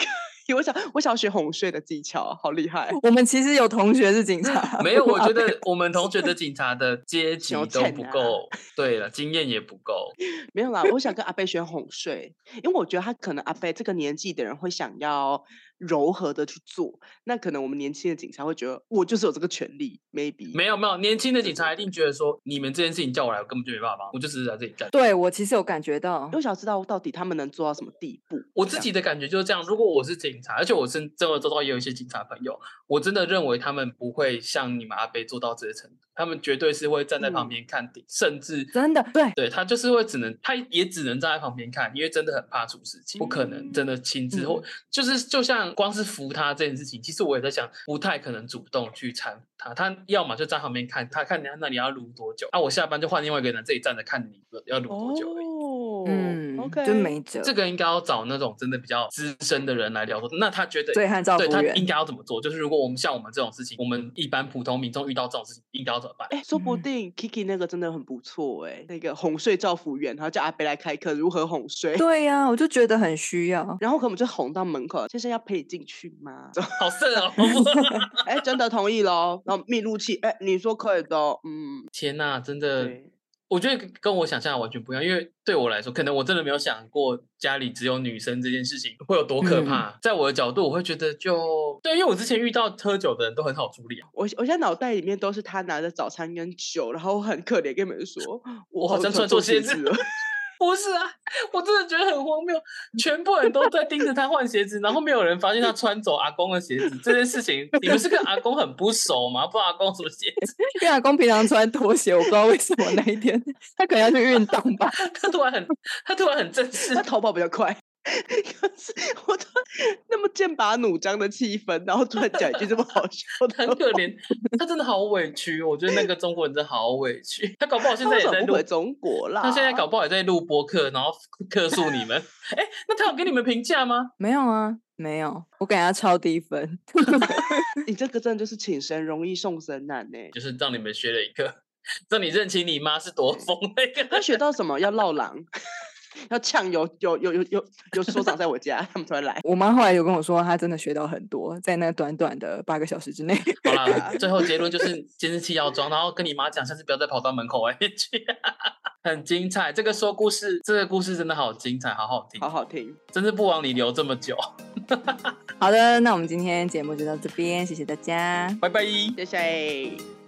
B: 以，我想我想要学哄睡的技巧，好 厉害！
A: 我们其实有同学是警察，
C: 没有，我觉
A: 不知道
C: 得我们同学的警察的阶级
B: 小
C: 都
B: 趁
C: 不
B: 啊
C: 够，对了，经验也不够。
B: 没有啦，我想跟阿贝学哄睡，因为我觉得他可能阿贝这个年纪的人会想要柔和的去做，那可能我们年轻的警察会觉得我就是有这个权利，maybe
C: 没有没有，年轻的警察一定觉得说，你们这件事情叫我来，我根本就没办法帮，我就只是来这里干。
A: 对我其实有感觉到
B: 因为，我想知道到底他们能做到什么地步。
C: 我
B: 这
C: 自
B: 样
C: 己的感觉就是这样。如果我是警察，而且我身周周遭也有一些警察朋友，我真的认为他们不会像你们阿贝做到这些程度，他们绝对是会站在旁
B: 嗯
C: 边看底，甚至
A: 真的对。
C: 对他就是会只能，他也只能站在旁边看，因为真的很怕出事情，不可能真的亲自或、
A: 嗯
C: 就是就像光是扶他这件事情，其实我也在想，不太可能主动去搀扶他，他要么就站旁边看他看你那里要撸多久，啊，我下班就换另外一个人在这里站着看你要撸多久而已。
B: 哦，
A: 嗯
B: o k
A: 就没辙。
C: 这个应该要找那种真的比较资深的人来聊说，那他觉得
A: 醉汉照
C: 对
A: 服
C: 他
A: 务
C: 应
A: 员，
C: 该要怎么做？就是如果我们像我们这种事情，我们一般普通民众遇到这种事情，应该要怎么办？
B: 哎，说不
A: 嗯
B: 定 Kiki 那个真的很不错哎、那个哄睡照服员，然后叫阿贝来开课如何哄睡，
A: 对呀、我就觉得很需要。
B: 然后可能我们就哄到门口，先生要陪你进去吗？
C: 好 色哦！
B: 哎，真的同意喽，然后密录器，哎，你说可以的哦，嗯，
C: 天呐，真的
B: 对，
C: 我觉得跟跟我想象的完全不一样，因为对我来说，可能我真的没有想过家里只有女生这件事情会有多可怕。在我的角度，我会觉得就对，因为我之前遇到喝酒的人都很好处理啊，
B: 我我现在脑袋里面都是他拿着早餐跟酒，然后我很可怜跟你们说，
C: 我好像穿
B: 穿错
C: 错鞋子
B: 子了，
C: 不是啊，我真的觉得很荒谬，全部人都在盯着他换鞋子，然后没有人发现他穿走阿公的鞋子这件事情。你们是跟阿公很不熟吗？不知道阿公什么鞋子，
A: 因为阿公平常穿拖鞋，我不知道为什么那一天他可能要去运动吧。
C: 他突然很他突然很正式
B: 他，逃跑比较快。 可是我都那么剑拔弩张的气氛，然后突然讲一句这么好笑的
C: 很
B: 话，
C: 可怜，他真的好委屈。我觉得那个中国人真的好委屈，他搞不好现
B: 他
C: 在
B: 为
C: 也
B: 什
C: 在
B: 么不
C: 录
B: 回中国啦？
C: 他现在搞不好也在录播客，然后客诉你 们。哎，那他有给你们评价吗？
A: 没有啊，没有，我给他超低分。
B: 你这个真的就是请神容易送神难 呢、
C: 就是让你们学了一课， 让你认清你妈是多疯的 一个
B: 他
C: 人。
B: 学到什么？要绕狼， 要呛有有有有有有所长在我家，他们才会来。
A: 我妈后来有跟我说，她真的学到很多，在那短短的八个小时之内。
C: 好啦，最后结论就是监视器要装，然后跟你妈讲，下次不要再跑到门口外面去。 很精彩，这个说故事，这个故事真的好精彩，好好听，
B: 好好听，
C: 真是不枉你留这么久。
A: 好的，那我们今天节目就到这边，谢谢大家。
C: 拜拜。
B: 谢谢。